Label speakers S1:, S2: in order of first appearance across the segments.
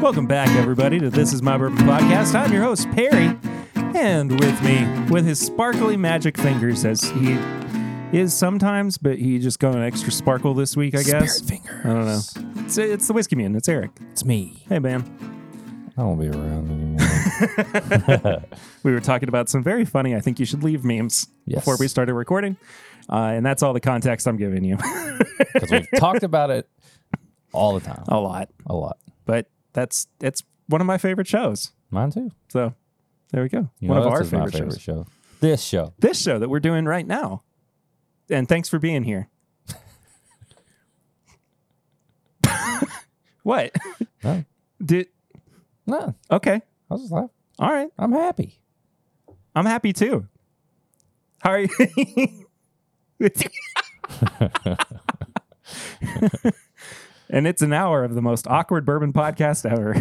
S1: Welcome back, everybody, to This Is My Bourbon Podcast. I'm your host, Perry, and with me, with his sparkly magic fingers, as he is sometimes, but he just got an extra sparkle this week, I guess.
S2: fingers.
S1: I don't know. It's, it's the Whiskey Mune. It's Eric.
S2: It's me.
S1: Hey, man.
S2: I won't be around anymore.
S1: We were talking about some very funny, I think you should leave memes
S2: Yes.
S1: before we started recording. Uh, and that's all the context I'm giving you.
S2: Because we've talked about it all the time.
S1: A lot.
S2: A lot.
S1: But that's it's one of my favorite shows.
S2: Mine too.
S1: So there we go.
S2: You
S1: one
S2: know
S1: of
S2: what
S1: our
S2: else is my
S1: favorite, shows.
S2: favorite show. This show.
S1: this show that we're doing right now. And thanks for being here. what?
S2: No.
S1: Did
S2: No.
S1: okay.
S2: I was just laughing.
S1: All right.
S2: I'm happy.
S1: I'm happy too. How are you? and it's an hour of the most awkward bourbon podcast ever.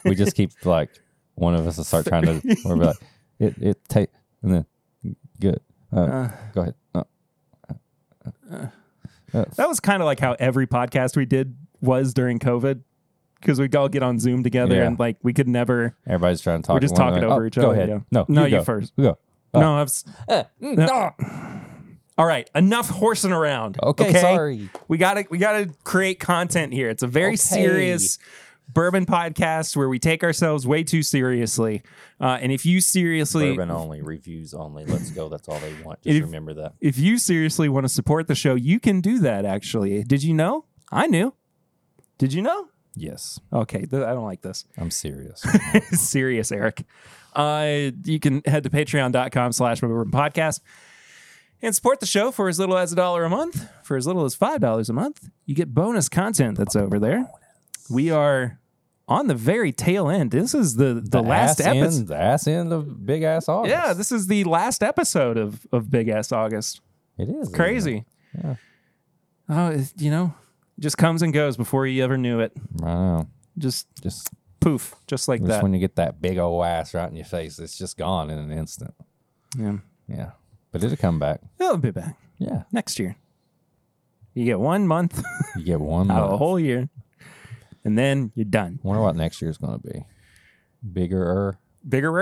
S2: We just keep like one of us will start trying to or be like it it take and then good. Uh,
S1: Uh,
S2: go ahead. No.
S1: that was kind of like how every podcast we did was during COVID because we'd all get on Zoom together
S2: Yeah.
S1: and like we could never.
S2: Everybody's trying to talk.
S1: We're just
S2: to one
S1: talking
S2: another.
S1: over
S2: Oh,
S1: each
S2: Go
S1: other,
S2: ahead.
S1: yeah.
S2: No.
S1: No, you
S2: go.
S1: first.
S2: You Go. Oh.
S1: No, I've. s-
S2: Uh, mm, no.
S1: All right, enough horsing around.
S2: Okay, sorry.
S1: We gotta we gotta create content here. It's a very
S2: Okay.
S1: serious bourbon podcast where we take ourselves way too seriously. Uh, and if you seriously
S2: Bourbon only, reviews only. Let's go. That's all they want. Just
S1: If-
S2: remember that.
S1: if you seriously want to support the show, you can do that. Actually, did you know? I knew. Did you know?
S2: Yes.
S1: Okay, th- I don't like this.
S2: I'm serious.
S1: serious eric uh, you can head to patreon.com slash My Bourbon podcast and support the show for as little as a dollar a month for as little as five dollars a month you get bonus content that's over there we are on the very tail end this is the the, last
S2: ass
S1: episode
S2: End, the ass end of Big Ass August.
S1: yeah this is the last episode of of big ass august
S2: it is
S1: crazy
S2: Yeah.
S1: oh it, you know just comes and goes before you ever knew it
S2: isn't it? I know.
S1: just
S2: Just,
S1: poof just like
S2: just
S1: that
S2: when you get that big old ass right in your face, it's just gone in an instant.
S1: yeah
S2: Yeah, but it'll come back.
S1: it'll be back
S2: Yeah,
S1: next year. You get one month
S2: you get one.
S1: out of a
S2: month.
S1: whole year, and then you're done.
S2: Wonder what next year's going to be. Bigger,
S1: Bigger,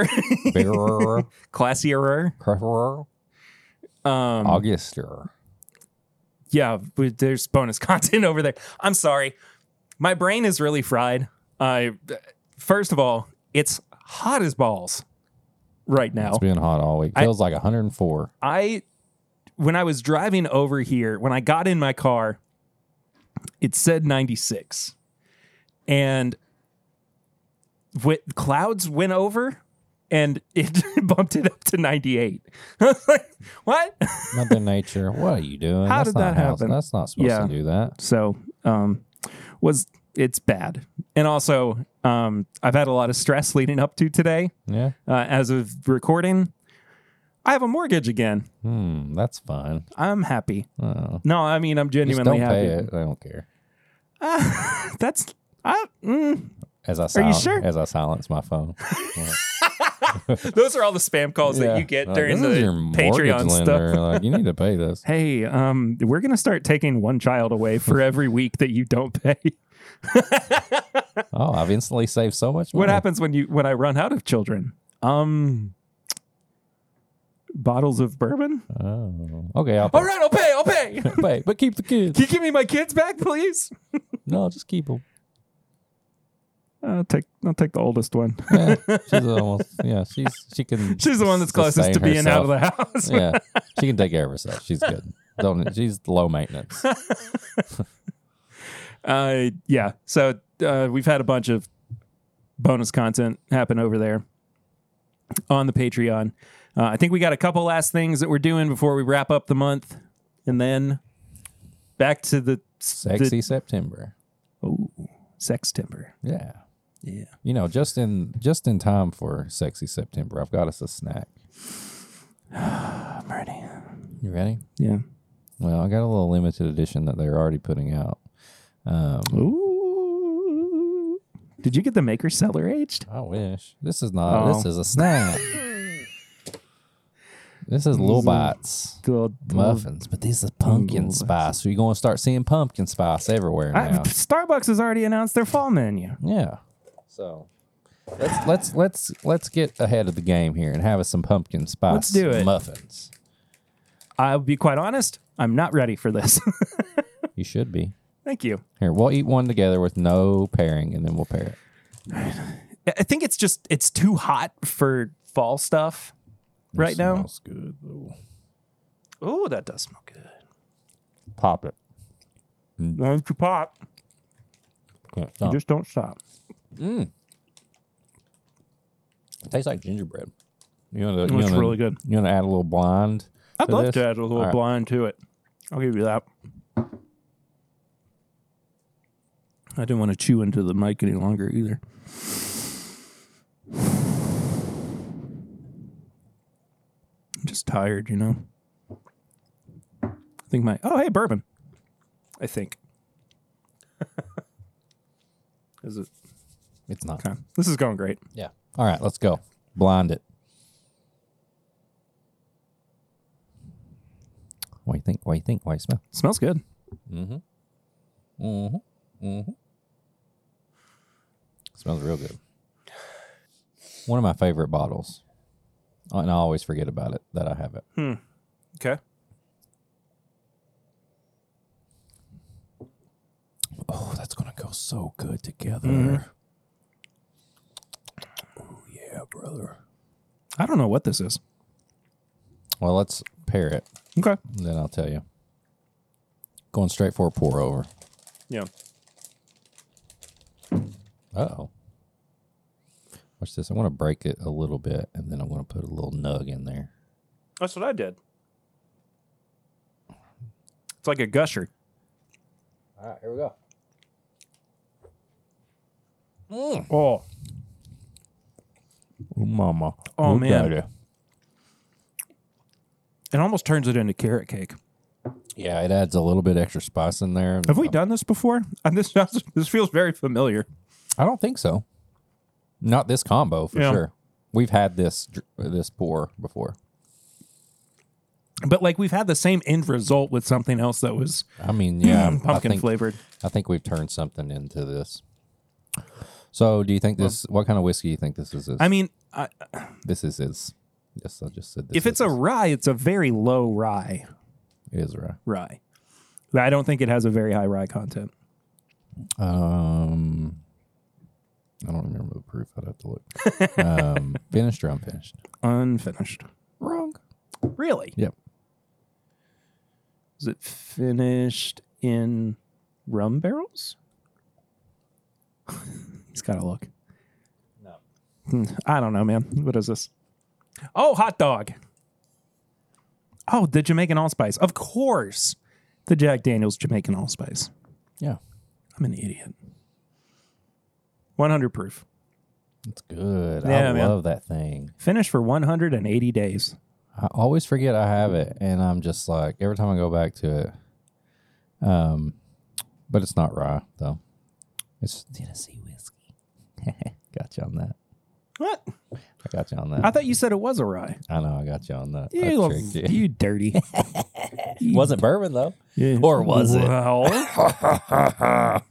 S2: bigger,
S1: classier.
S2: preferer,
S1: Um,
S2: Auguster.
S1: yeah, but there's bonus content over there. I'm sorry, my brain is really fried. I first of all, it's hot as balls right now.
S2: It's been hot all week.
S1: I-
S2: Feels like 104.
S1: I when I was driving over here, when I got in my car, it said 96. And with clouds went over and it bumped it up to 98. I was like, what?
S2: Mother Nature, what are you doing?
S1: How did
S2: That's not
S1: that
S2: house-
S1: happen?
S2: That's not supposed
S1: Yeah.
S2: to do that.
S1: So, um was it's bad. And also, um I've had a lot of stress leading up to today.
S2: Yeah.
S1: Uh, as of recording, I have a mortgage again.
S2: Hmm. That's fine.
S1: I'm happy.
S2: Oh.
S1: No, I mean I'm
S2: Just
S1: genuinely
S2: don't
S1: happy.
S2: pay it. I don't care.
S1: Ah, that's I, mm.
S2: As I
S1: you
S2: silence,
S1: sure?
S2: as I silence my phone.
S1: those are all the spam calls that
S2: Yeah.
S1: you get
S2: Like,
S1: during
S2: this is
S1: the
S2: your mortgage
S1: Patreon
S2: lender.
S1: stuff.
S2: Like, you need to pay this.
S1: Hey, um, we're gonna start taking one child away for every week that you don't pay.
S2: Oh, I've instantly saved so much money.
S1: What happens when you when I run out of children? Um, bottles of bourbon.
S2: Oh. Okay, I'll pay.
S1: All right, I'll pay. I'll pay. Can
S2: Pay, but keep the kids.
S1: you give me my kids back, please?
S2: No, just keep them.
S1: I'll take I'll take the oldest one.
S2: Yeah, she's almost. Yeah, she's she can.
S1: She's the one that's closest to
S2: sustain
S1: being out of
S2: herself.
S1: the house.
S2: Yeah, she can take care of herself. She's good. Don't. She's low maintenance.
S1: uh yeah so uh we've had a bunch of bonus content happen over there on the patreon uh, i think we got a couple last things that we're doing before we wrap up the month and then back to the
S2: Sexy September.
S1: oh sex timber
S2: Yeah.
S1: yeah
S2: You know, just in just in time for Sexy September, I've got us a snack.
S1: i'm ready
S2: You ready?
S1: yeah
S2: Well, I got a little limited edition that they're already putting out. Um,
S1: Ooh. did you get the maker seller aged
S2: I wish. This is not. This
S1: Oh.
S2: is a snack. this is little
S1: is a-
S2: bites.
S1: The old- the old-
S2: Muffins, but these are pumpkin
S1: Little
S2: spice. So you're gonna start seeing pumpkin spice everywhere
S1: I,
S2: now. yeah. So let's let's let's let's get ahead of the game here and have us some pumpkin spice
S1: Let's do it.
S2: muffins.
S1: I'll be quite honest. I'm not ready for this.
S2: You should be.
S1: Thank you.
S2: Here, we'll eat one together with no pairing and then we'll pair it.
S1: I- I think it's just it's too hot for fall stuff right now.
S2: Smells good though.
S1: Oh, that does smell good.
S2: Pop it.
S1: Don't you pop.
S2: Can't
S1: You
S2: stop.
S1: just don't stop.
S2: It tastes like gingerbread. You want to?
S1: It's really good.
S2: You want to add a little blonde?
S1: I'd love
S2: this?
S1: to add a little
S2: All right.
S1: blind to it. I'll give you that. I didn't want to chew into the mic any longer either. I'm just tired, you know. I think my oh hey bourbon. I think. is it
S2: It's not.
S1: okay? This is going great.
S2: Yeah. All right, let's go. Blind it. What do you think? What do you think? What do you smell?
S1: Smells good.
S2: smells real good. One of my favorite bottles, Oh, and I always forget about it that I have it.
S1: Okay.
S2: Oh, that's gonna go so good together. Oh yeah, brother.
S1: I don't know what this is.
S2: Well, let's pair it,
S1: Okay.
S2: and then I'll tell you. Going straight for a pour over.
S1: Yeah.
S2: Uh oh. Watch this. I want to break it a little bit, and then I want to put a little nug in there.
S1: That's what I did. It's like a gusher.
S2: All right, here we go. Mm.
S1: Oh,
S2: Oh, mama.
S1: Oh,
S2: Oh,
S1: man.
S2: daddy.
S1: it almost turns it into carrot cake.
S2: Yeah, it adds a little bit extra spice in there.
S1: Have we done this before? And this sounds, this feels very familiar.
S2: I don't think so. Not this combo for
S1: Yeah.
S2: sure. We've had this dr- this pour before.
S1: But like we've had the same end result with something else that was
S2: I mean, yeah, I
S1: Mm, pumpkin
S2: think-
S1: flavored.
S2: I think we've turned something into this. So, do you think this? What kind of whiskey do you think this is? is?
S1: I mean, I,
S2: this is is. Yes, I just said. This
S1: if it's a
S2: is,
S1: rye, it's a very low rye.
S2: it is rye.
S1: Rye. I don't think it has a very high rye content.
S2: Um, I don't remember the proof. I'd have to look. um, finished or unfinished?
S1: Unfinished.
S2: Wrong.
S1: Really?
S2: Yep.
S1: Is it finished in rum barrels? He's got to look.
S2: No.
S1: Hmm, I don't know, man. What is this? Oh, hot dog. Oh, the Jamaican allspice. Of course. The Jack Daniels Jamaican allspice.
S2: Yeah,
S1: I'm an idiot. 100 proof.
S2: it's good. I
S1: Yeah, man.
S2: love that thing.
S1: Finished for 180 days.
S2: I always forget I have it, and I'm just like every time I go back to it. Um, but it's not rye though. It's Tennessee whiskey. got you on that.
S1: What?
S2: I got you on
S1: I
S2: that.
S1: thought you said it was a rye.
S2: I know. I got you on that. I
S1: You, little-
S2: tricked you.
S1: you dirty. You
S2: Wasn't bourbon though.
S1: Yeah.
S2: Or was it?
S1: Well,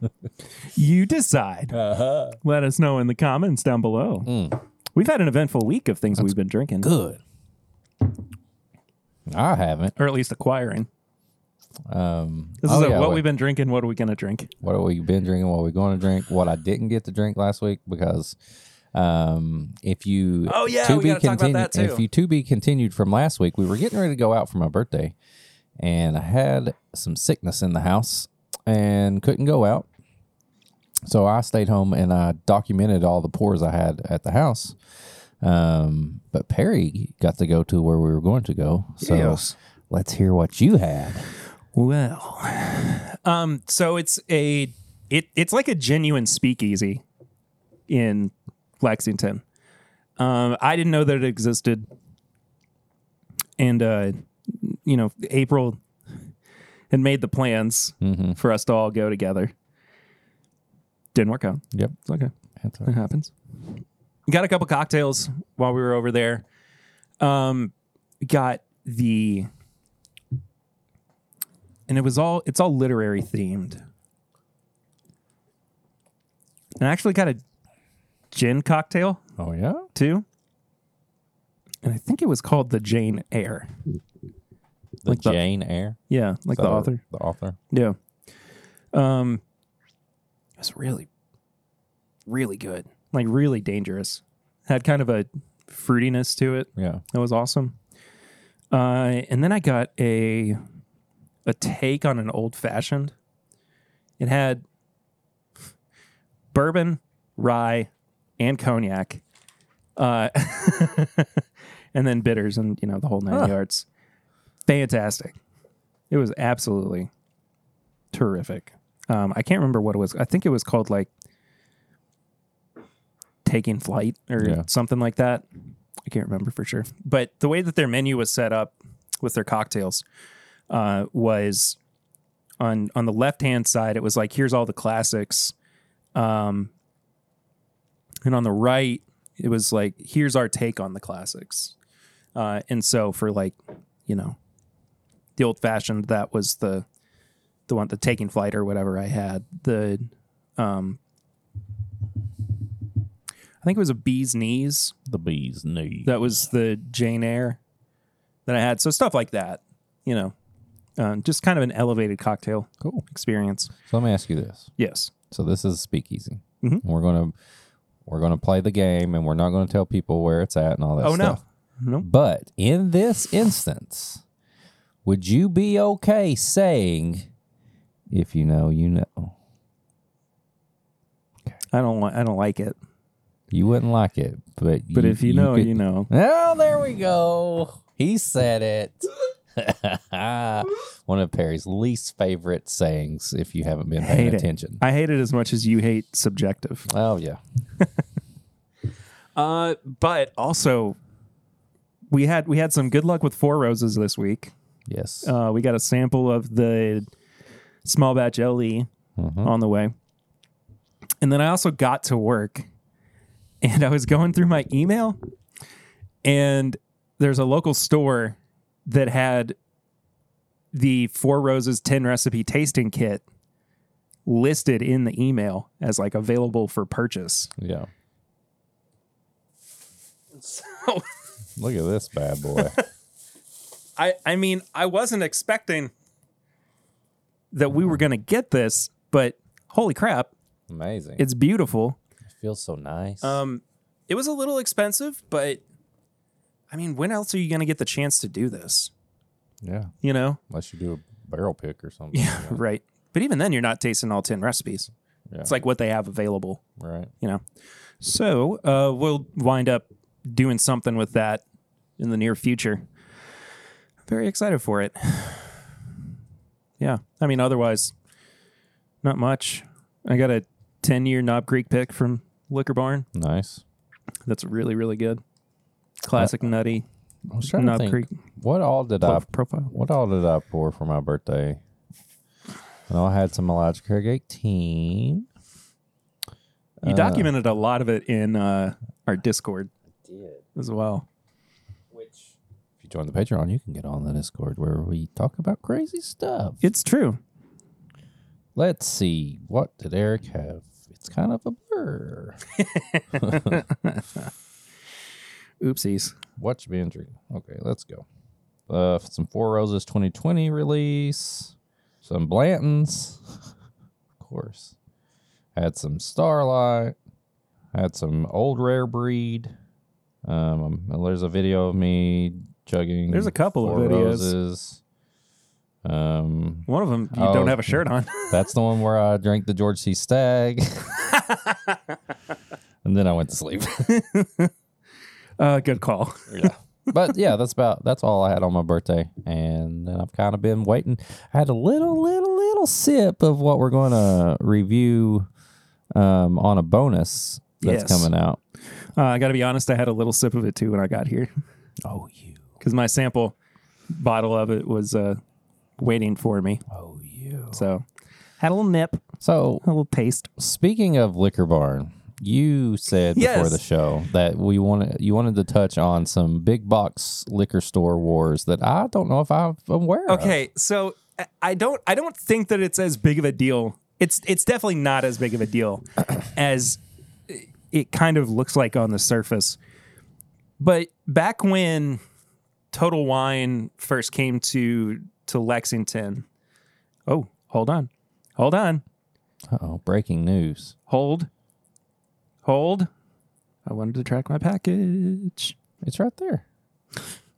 S1: you decide.
S2: Uh-huh.
S1: Let us know in the comments down below. We've had an eventful week of things we've been drinking,
S2: Hmm. Good. I haven't.
S1: or at least acquiring.
S2: Um,
S1: This
S2: oh,
S1: is a,
S2: yeah,
S1: what
S2: wait.
S1: we've been drinking. What are we gonna drink?
S2: what we've been drinking, what we're going to drink, what I didn't get to drink last week because um, if you
S1: Oh, yeah, we gotta talk about that,
S2: continued,
S1: too.
S2: if you to be continued from last week, we were getting ready to go out for my birthday, and I had some sickness in the house and couldn't go out, so I stayed home and I documented all the pours I had at the house. Um, but Perry got to go to where we were going to go, so
S1: Yes.
S2: let's hear what you had.
S1: Well, um, so it's a it it's like a genuine speakeasy in Lexington. Um, I didn't know that it existed, and uh, you know, April had made the plans for us to all go together. Didn't work out.
S2: Yep,
S1: It's okay.
S2: that's all
S1: It
S2: right.
S1: happens. Got a couple cocktails while we were over there. Um, got the, and it was all it's all literary themed. And I actually got a gin cocktail
S2: Oh yeah.
S1: too. And I think it was called the Jane Eyre.
S2: The
S1: Like the-
S2: Jane Eyre.
S1: Yeah, like the
S2: Is that
S1: author.
S2: The author.
S1: Yeah. Um it was really really good. Like really dangerous. Had kind of a fruitiness to it.
S2: Yeah.
S1: That was awesome. Uh, and then I got a a take on an old fashioned. It had bourbon, rye, and cognac, uh, and then bitters, and you know the whole nine
S2: Huh.
S1: yards. Fantastic! It was absolutely terrific. Um, I can't remember what it was. I think it was called like taking flight or
S2: Yeah.
S1: something like that. I can't remember for sure. But the way that their menu was set up with their cocktails uh, was on on the left hand side. It was like here's all the classics, um, and on the right it was like here's our take on the classics. Uh, and so for like you know the old fashioned that was the the one the taking flight or whatever I had the um I think it was a bee's knees
S2: The bee's knee.
S1: that was the Jane Eyre that I had. So stuff like that, you know, um, just kind of an elevated cocktail
S2: cool.
S1: experience.
S2: So let me ask you this.
S1: Yes.
S2: So this is speakeasy.
S1: Mhm.
S2: We're gonna we're gonna play the game, and we're not gonna tell people where it's at and all that.
S1: oh
S2: stuff.
S1: no, no.
S2: But in this instance, would you be okay saying, if you know, you know?
S1: I don't want. I don't like it.
S2: You wouldn't like it, but
S1: But if you, know,
S2: could-
S1: you know.
S2: Oh, there we go. He said it. One of Perry's least favorite sayings, if you haven't been paying
S1: Hate it.
S2: attention.
S1: I hate it as much as you hate subjective.
S2: Oh, yeah.
S1: Uh, but also, we had we had some good luck with four roses this week.
S2: Yes.
S1: Uh, we got a sample of the small batch E LE
S2: Mhm.
S1: on the way. And then I also got to work and I was going through my email and there's a local store that had the Four Roses 10 recipe tasting kit listed in the email as like available for purchase.
S2: Yeah.
S1: So
S2: Look at this bad boy.
S1: I I mean, I wasn't expecting that we were going to get this, but holy crap,
S2: Amazing.
S1: it's beautiful.
S2: it feels so nice.
S1: Um, it was a little expensive, but I mean, when else are you going to get the chance to do this?
S2: yeah.
S1: You know,
S2: Unless you do a barrel pick or something.
S1: yeah, right. But even then, you're not tasting all ten recipes.
S2: Yeah.
S1: It's like what they have available.
S2: Right.
S1: You know, so uh, we'll wind up doing something with that in the near future. Very excited for it. Yeah, I mean, otherwise, not much. I got a ten-year Knob Creek pick from Liquor Barn.
S2: Nice.
S1: That's really, really good. Classic nutty
S2: I was trying
S1: Knob
S2: to think.
S1: Creek
S2: What all did I
S1: profile.
S2: What all did I pour for my birthday? I know I had some Elijah Craig 18.
S1: You
S2: Uh,
S1: documented a lot of it in uh, our Discord
S2: did.
S1: as well.
S2: Which, if you join the Patreon, you can get on the Discord where we talk about crazy stuff.
S1: It's true.
S2: Let's see. What did Eric have? It's kind of a blur.
S1: Oopsies.
S2: What's been drinking? Okay, let's go. Uh, some Four Roses 2020 release, some Blantons, of course. Had some Starlight. Had some Old Rare Breed. Um, there's a video of me chugging.
S1: There's a couple of
S2: Four
S1: videos.
S2: Roses. Um,
S1: One of them you
S2: Oh.
S1: don't have a shirt on.
S2: that's the one where I drank the George C. Stag, and then I went to sleep.
S1: uh, good call.
S2: yeah. But yeah, that's about that's all I had on my birthday, and then I've kind of been waiting. I had a little, little, little sip of what we're going to review um, on a bonus that's
S1: Yes.
S2: coming out.
S1: Uh, I got to be honest. I had a little sip of it too when I got here
S2: Oh, you,
S1: because my sample bottle of it was uh, waiting for me.
S2: oh, you.
S1: So had a little nip,
S2: So
S1: a little taste.
S2: speaking of liquor barn, you said before
S1: Yes.
S2: the show that we wanted you wanted to touch on some big box liquor store wars that I don't know if I'm aware. of.
S1: Okay, so I- I don't I don't think that it's as big of a deal. It's it's definitely not as big of a deal as it kind of looks like on the surface. But back when Total Wine first came to to Lexington, oh, hold on, hold on,
S2: Uh oh, breaking news.
S1: hold, hold. I wanted to track my package.
S2: It's right there.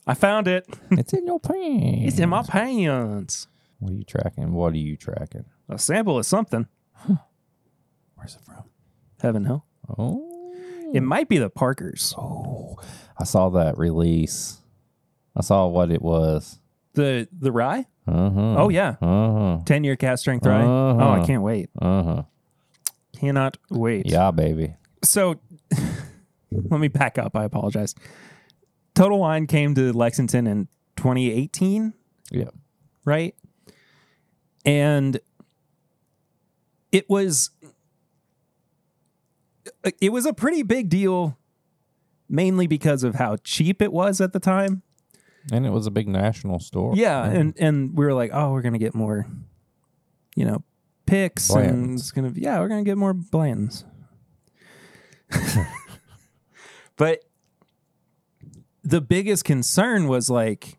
S1: I found it.
S2: It's in your pants.
S1: It's in my pants.
S2: What are you tracking? What are you tracking?
S1: A sample of something.
S2: Where's it from?
S1: Heaven hell.
S2: Oh.
S1: It might be the Parkers.
S2: oh. I saw that release. I saw what it was.
S1: The the rye?
S2: Uh huh.
S1: Oh yeah.
S2: Uh huh.
S1: Ten year cast strength rye. Oh, I
S2: Uh-huh.
S1: can't wait.
S2: Uh huh.
S1: Cannot wait.
S2: Yeah, baby.
S1: So let me back up. I apologize. Total Wine came to Lexington in 2018,
S2: Yeah.
S1: right? And it was uh, it was a pretty big deal mainly because of how cheap it was at the time.
S2: And it was a big national store.
S1: Yeah, and and we were like, oh, we're gonna get more, you know, picks, and
S2: Blantons.
S1: it's gonna be, yeah, we're gonna get more Blantons. but the biggest concern was like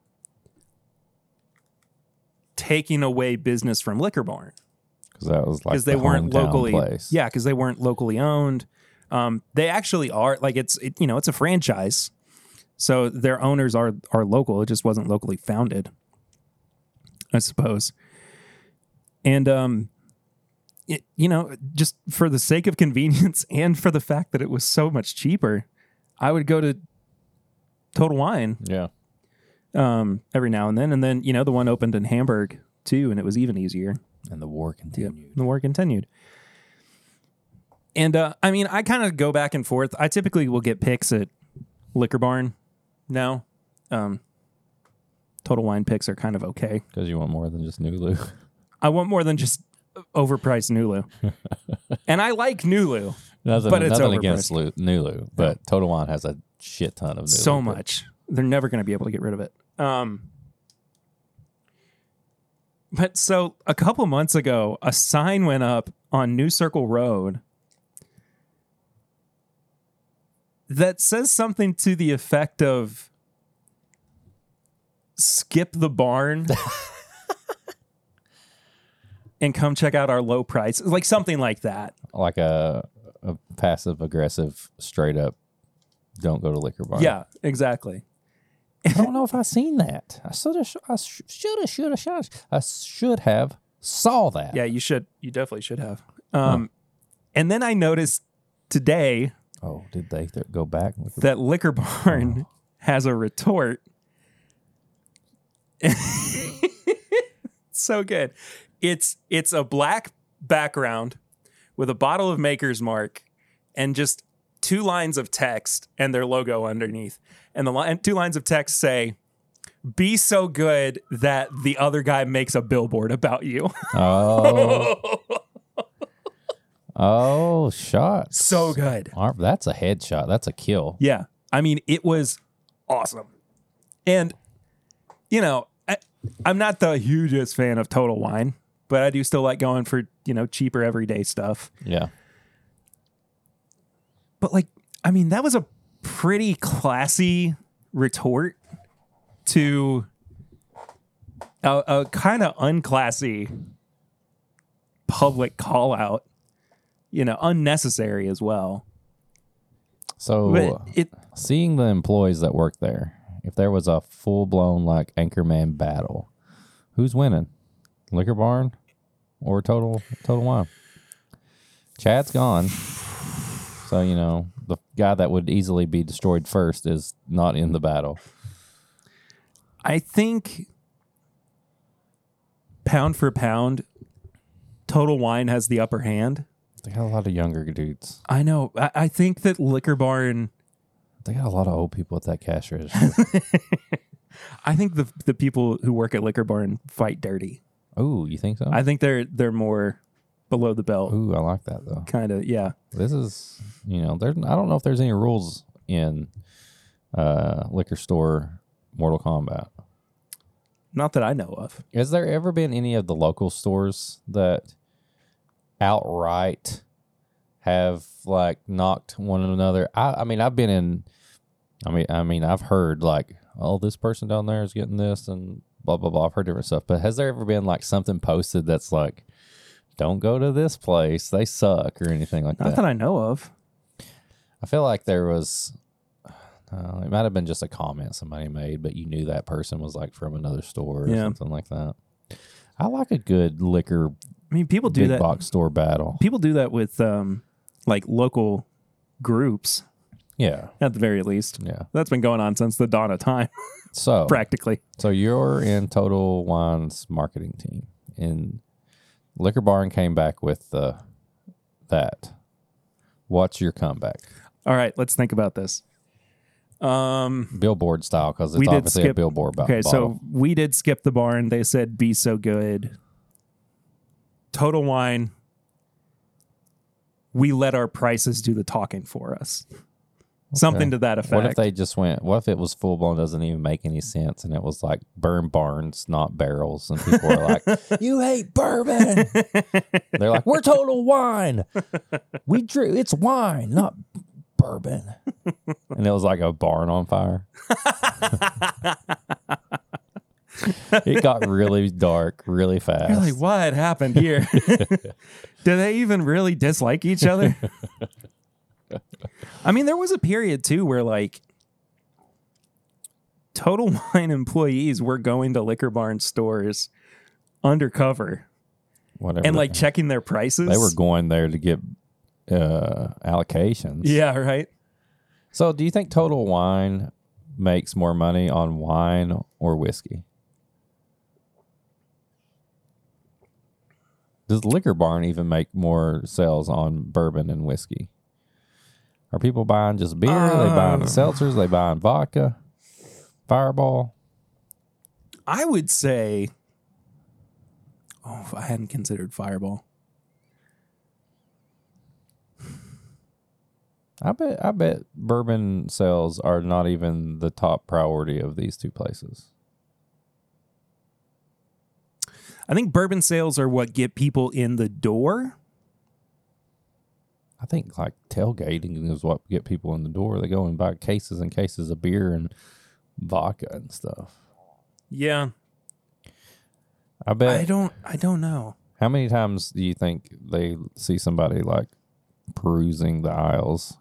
S1: taking away business from Liquor Barn
S2: because that was like
S1: because they
S2: the
S1: weren't
S2: hometown
S1: locally,
S2: Place.
S1: yeah, because they weren't locally owned. Um, they actually are like it's it, you know it's a franchise, so their owners are are local. It just wasn't locally founded, I suppose. And um, it, you know, just for the sake of convenience and for the fact that it was so much cheaper, I would go to Total Wine
S2: Yeah.
S1: um, every now and then, and then you know the one opened in Hamburg too, and it was even easier.
S2: And the war
S1: Yep.
S2: continued.
S1: The war continued. And uh, I mean, I kind of go back and forth. I typically will get picks at Liquor Barn now. Um, total wine picks are kind of okay.
S2: Because you want more than just Nulu.
S1: I want more than just overpriced Nulu. and I like Nulu
S2: nothing
S1: But it's
S2: nothing
S1: overpriced.
S2: against Lu- Nulu, but Total Wine has a shit ton of Nulu.
S1: so
S2: but-
S1: much. They're never going to be able to get rid of it. Um, but so a couple months ago, a sign went up on New Circle Road that says something to the effect of skip the barn and come check out our low price like something like that
S2: like a, a passive aggressive, straight up, don't go to liquor bar.
S1: yeah exactly
S2: I don't know if I seen that. I should have, I sh- should have, should have, should have, I should have saw that.
S1: Yeah, you should. You definitely should have. Um, And then I noticed today
S2: Oh, did they th- go back? and look at-
S1: that Liquor Barn has a retort. so good. It's it's a black background with a bottle of Maker's Mark and just two lines of text and their logo underneath. And the line, two lines of text say, "Be so good that the other guy makes a billboard about you."
S2: Oh, oh, shot.
S1: so good.
S2: That's a headshot. That's a kill.
S1: Yeah. I mean, it was awesome. And, you know, I, I'm not the hugest fan of Total Wine, but I do still like going for, you know, cheaper everyday stuff.
S2: Yeah.
S1: But, like, I mean, that was a pretty classy retort to a, a kind of unclassy public call out, you know, unnecessary as well.
S2: So
S1: But it,
S2: seeing the employees that work there, if there was a full blown like Anchorman battle, who's winning? Liquor Barn or Total Total Wine? Chad's gone, so you know the guy that would easily be destroyed first is not in the battle.
S1: I think pound for pound, Total Wine has the upper hand.
S2: They got a lot of younger dudes.
S1: I know. I, I think that Liquor Barn.
S2: They got a lot of old people at that cash register.
S1: I think the the people who work at Liquor Barn fight dirty.
S2: Ooh, you think so?
S1: I think they're they're more below the belt,
S2: Ooh, I like that though.
S1: kind of. Yeah,
S2: This is, you know, there. I don't know if there's any rules in uh, liquor store Mortal Kombat.
S1: not that I know of.
S2: Has there ever been any of the local stores that outright have like knocked one another. I, I mean, I've been in. I mean, I mean, I've heard like, oh, this person down there is getting this and blah blah blah. I've heard different stuff, but has there ever been like something posted that's like, don't go to this place, they suck or anything like
S1: Not
S2: that?
S1: that I know of.
S2: I feel like there was, uh, it might have been just a comment somebody made, but you knew that person was like from another store or
S1: Yeah.
S2: something like that. I like a good liquor
S1: I mean, people do
S2: big
S1: that.
S2: box store battle.
S1: People do that with um, like local groups,
S2: Yeah,
S1: at the very least.
S2: yeah.
S1: That's been going on since the dawn of time,
S2: So
S1: practically.
S2: So you're in Total Wine's marketing team, and Liquor Barn came back with uh, that. What's your comeback,
S1: All right, let's think about this. Um,
S2: billboard style? Because
S1: We
S2: it's
S1: did
S2: obviously a
S1: skip-
S2: billboard. Bo-
S1: okay,
S2: bottle.
S1: so we did skip the barn. They said be so good. Total Wine. We let our prices do the talking for us. Something to that effect.
S2: what if they just went? What if it was full blown? Doesn't even make any sense, and it was like burn barns, not barrels, and people are like, "You hate bourbon." They're like, "We're Total Wine. We drew. It's wine, not bourbon." And it was like a barn on fire. it got really dark really fast.
S1: You're like, what happened here? Do they even really dislike each other? I mean, there was a period too where like Total Wine employees were going to liquor barn stores undercover
S2: Whatever.
S1: and like checking their prices.
S2: they were going there to get uh allocations.
S1: yeah, right.
S2: So, do you think Total Wine makes more money on wine or whiskey? Does Liquor Barn even make more sales on bourbon and whiskey? Are people buying just beer? Are they buying
S1: Um.
S2: seltzers? they buying vodka? Fireball?
S1: I would say, oh, if I hadn't considered Fireball.
S2: I bet I bet bourbon sales are not even the top priority of these two places.
S1: I think bourbon sales are what get people in the door.
S2: I think like tailgating is what get people in the door. They go and buy cases and cases of beer and vodka and stuff.
S1: Yeah,
S2: I bet.
S1: I don't. I don't know.
S2: how many times do you think they see somebody like perusing the aisles,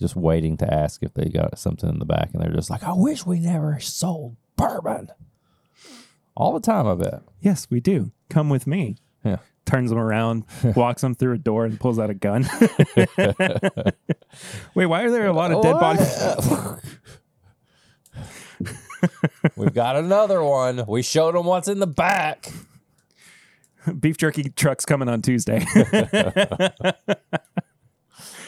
S2: just waiting to ask if they got something in the back, and they're just like, "I wish we never sold bourbon." All the time, I bet.
S1: Yes, we do. Come with me.
S2: Yeah.
S1: Turns them around, walks them through a door, and pulls out a gun. Wait, why are there a lot of dead bodies?
S2: We've got another one. We showed them what's in the back.
S1: Beef jerky trucks coming on Tuesday.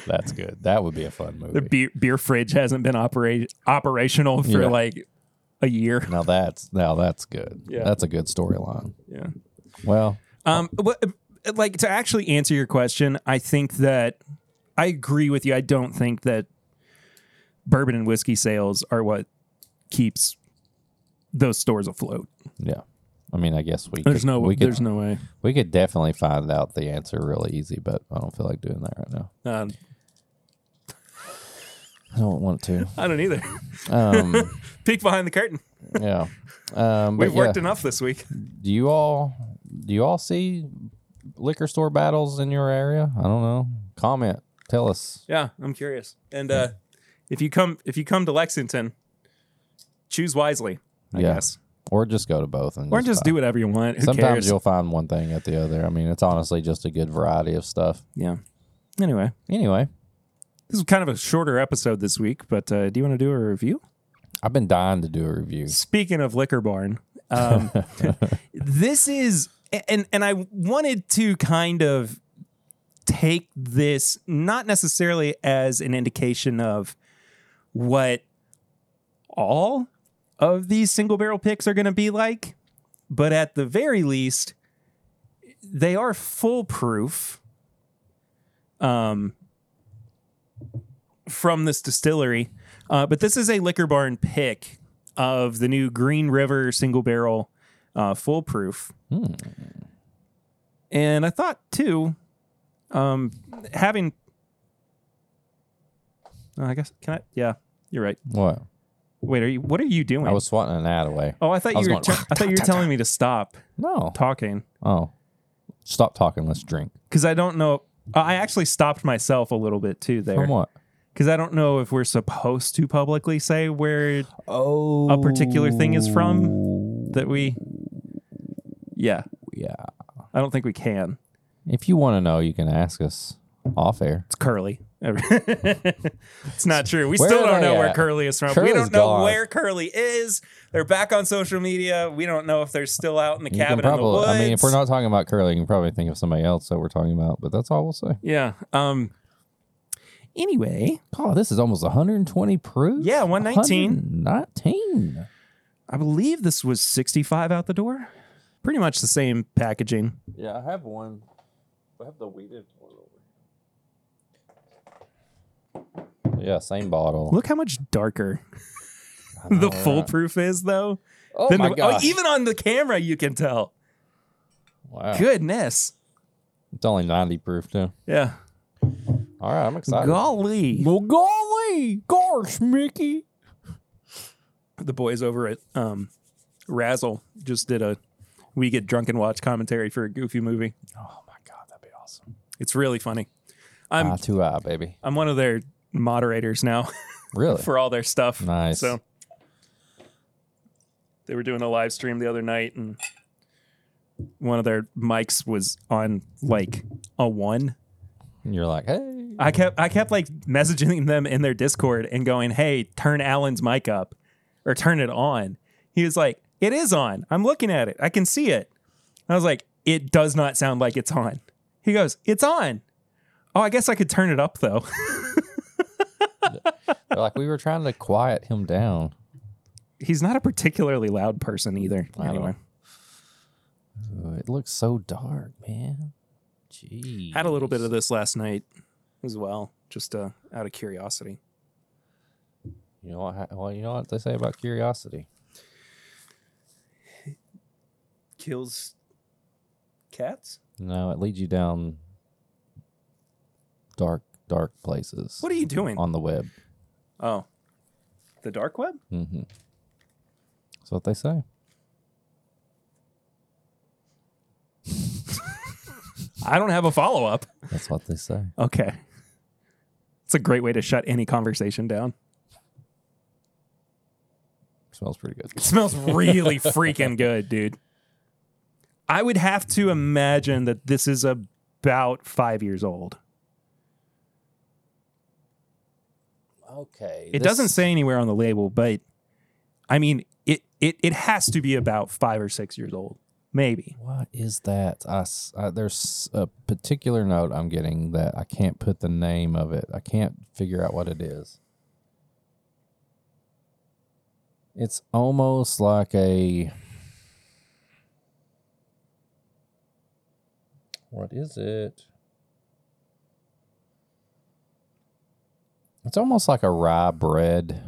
S2: That's good. That would be a fun movie.
S1: the beer, beer fridge hasn't been opera- operational for
S2: Yeah.
S1: like a year.
S2: now that's now that's good.
S1: Yeah.
S2: That's a good storyline.
S1: Yeah.
S2: Well,
S1: Um, what, like to actually answer your question, I think that I agree with you. I don't think that bourbon and whiskey sales are what keeps those stores afloat.
S2: yeah. I mean, I guess we
S1: There's
S2: could,
S1: no,
S2: we could,
S1: there's no way.
S2: we could definitely find out the answer really easy, but I don't feel like doing that right now.
S1: Um,
S2: I don't want to.
S1: I don't either.
S2: Um,
S1: Peek behind the curtain.
S2: yeah. Um, but
S1: We've worked
S2: yeah.
S1: enough this week.
S2: do you all do you all see liquor store battles in your area? I don't know. Comment. Tell us.
S1: Yeah, I'm curious. And uh, if you come if you come to Lexington, choose wisely. I
S2: Yeah.
S1: guess,
S2: Or just go to both and
S1: or just
S2: buy.
S1: do whatever you want. Who
S2: Sometimes
S1: cares?
S2: you'll find one thing at the other. I mean, it's honestly just a good variety of stuff.
S1: Yeah. Anyway,
S2: Anyway,
S1: this is kind of a shorter episode this week, but uh, do you want to do a review?
S2: I've been dying to do a review.
S1: Speaking of liquor barn, um, this is and and I wanted to kind of take this not necessarily as an indication of what all of these single barrel picks are going to be like, but at the very least, they are foolproof. Um, from this distillery, uh, but this is a liquor barn pick of the new Green River single barrel uh, foolproof.
S2: Hmm.
S1: And I thought too, um, having Oh, I guess can I? Yeah, you're right.
S2: What?
S1: Wait, are you? What are you doing?
S2: I was swatting an ad away.
S1: oh, I thought
S2: I was
S1: you were.
S2: going,
S1: te- I thought you were telling me to stop
S2: No.
S1: talking
S2: Oh. Stop talking. Let's drink.
S1: because I don't know. I actually stopped myself a little bit too there
S2: From what?
S1: because I don't know if we're supposed to publicly say where
S2: Oh.
S1: a particular thing is from that we. Yeah,
S2: Yeah.
S1: I don't think we can.
S2: If you want to know, you can ask us off air.
S1: It's Curly. it's not true. We
S2: Where
S1: still
S2: are
S1: don't
S2: they
S1: know where
S2: at?
S1: Curly is from. we
S2: Curly's
S1: don't know
S2: gone.
S1: where Curly is. They're back on social media. We don't know if they're still out in the
S2: You can
S1: cabin in the
S2: probably.
S1: woods.
S2: I mean, if we're not talking about curling, you can probably think of somebody else that we're talking about. But that's all we'll say.
S1: Yeah. Um. Anyway,
S2: Oh, this is almost 120 proof.
S1: Yeah, 119.
S2: 119.
S1: I believe this was 65 out the door. Pretty much the same packaging.
S2: Yeah, I have one. I have the weeded one over. Yeah, same bottle.
S1: Look how much darker
S2: I know,
S1: the
S2: right?
S1: foolproof is, though.
S2: Oh
S1: than
S2: my
S1: the-
S2: god!
S1: even on the camera, you can tell.
S2: wow.
S1: Goodness.
S2: It's only 90 proof too.
S1: Yeah.
S2: All right, I'm excited.
S1: Golly.
S2: Well, golly, gosh, Mickey.
S1: the boys over at um, Razzle just did a we get drunk and watch commentary for a goofy movie.
S2: Oh my god, that'd be awesome.
S1: It's really funny. I'm
S2: Eye to eye, Ah, baby.
S1: I'm one of their moderators now
S2: Really?
S1: for all their stuff.
S2: Nice.
S1: So they were doing a live stream the other night and one of their mics was on like a one.
S2: You're like, hey.
S1: I kept I kept like messaging them in their Discord and going, "Hey, turn Alan's mic up or turn it on." He was like, "It is on. I'm looking at it. I can see it." I was like, "It does not sound like it's on." He goes, "It's on." Oh, I guess I could turn it up though.
S2: They're like we were trying to quiet him down.
S1: He's not a particularly loud person either.
S2: I don't
S1: anyway,
S2: Ooh, it looks so dark, man. Jeez.
S1: had a little bit of this last night as well, just uh, out of curiosity.
S2: You know what? Well, you know what they say about curiosity.
S1: Kills cats.
S2: No, it leads you down dark, dark places.
S1: What are you doing?
S2: on the web?
S1: Oh, the dark web.
S2: Mm-hmm. That's what they say.
S1: I don't have a follow up.
S2: That's what they say.
S1: Okay. It's a great way to shut any conversation down.
S2: Smells pretty good.
S1: It smells really freaking good, dude. I would have to imagine that this is about five years old.
S2: Okay.
S1: It doesn't say anywhere on the label, but I mean, it, it, it has to be about five or six years old, maybe.
S2: What is that? I s I there's a particular note I'm getting that I can't put the name of it. I can't figure out what it is. It's almost like a. What is it? It's almost like a rye bread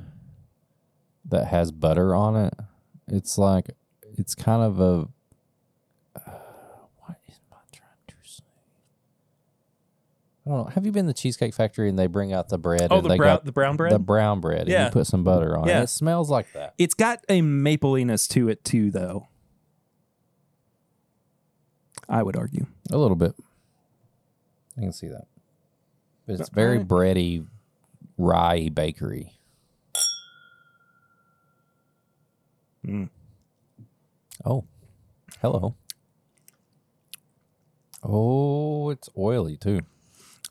S2: that has butter on it. It's like, it's kind of a what is my trying to say? I don't know. Have you been to Cheesecake Factory and they bring out the bread?
S1: Oh,
S2: and
S1: the
S2: they
S1: brown,
S2: got
S1: the brown bread?
S2: The brown bread. And
S1: Yeah.
S2: you put some butter on
S1: Yeah.
S2: it. It smells like that.
S1: it's got a mapliness to it, too, though. I would argue.
S2: A little bit. I can see that. But it's
S1: Uh,
S2: very
S1: alright.
S2: bready, rye bakery.
S1: Mm.
S2: Oh, hello. Oh, it's oily too.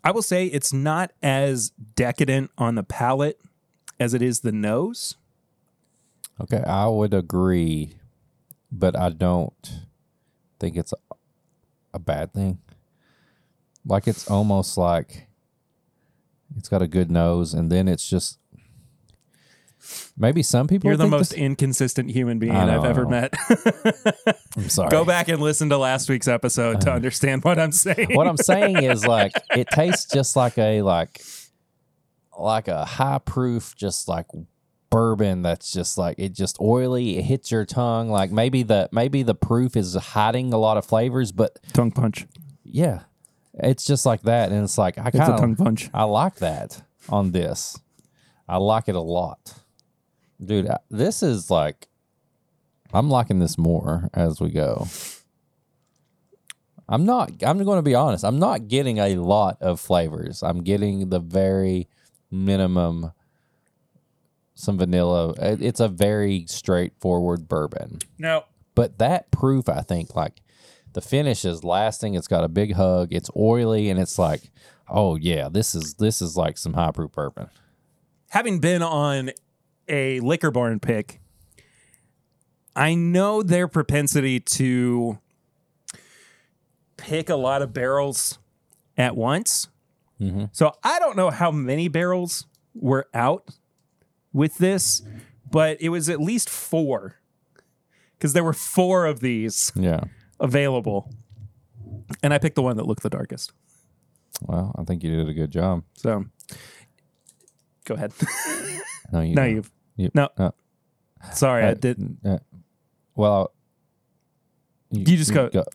S1: I will say it's not as decadent on the palate as it is the nose.
S2: Okay, I would agree, but I don't think it's a, a bad thing. Like it's almost like it's got a good nose, and then it's just maybe some people.
S1: You're the
S2: think
S1: most
S2: this-
S1: inconsistent human being
S2: I know,
S1: I've ever
S2: I know.
S1: met.
S2: I'm sorry. Uh.
S1: Go back and listen to last week's episode to understand what I'm saying.
S2: What I'm saying is like it tastes just like a like like a high proof, just like bourbon that's just like it just oily it hits your tongue like maybe the maybe the proof is hiding a lot of flavors but
S1: tongue punch.
S2: Yeah. It's just like that. And it's like, I kind of,
S1: punch.
S2: I like that on this. I like it a lot, dude. I, this is like, I'm liking this more as we go. I'm not. I'm going to be honest. I'm not getting a lot of flavors. I'm getting the very minimum. Some vanilla. It- It's a very straightforward bourbon.
S1: No.
S2: But that proof, I think, like the finish is lasting. It's got a big hug. It's oily, and it's like, oh yeah, this is this is like some high proof bourbon.
S1: Having been on a liquor barn pick, I know their propensity to pick a lot of barrels at once.
S2: Mm-hmm.
S1: So I don't know how many barrels were out with this, but it was at least four because there were four of these
S2: Yeah.
S1: available. And I picked the one that looked the darkest.
S2: Well, I think you did a good job.
S1: So go ahead.
S2: No, you.
S1: now
S2: don't.
S1: you've.
S2: You- uh,
S1: no.
S2: no.
S1: Sorry, I
S2: Uh,
S1: did.
S2: uh, well,
S1: You just go-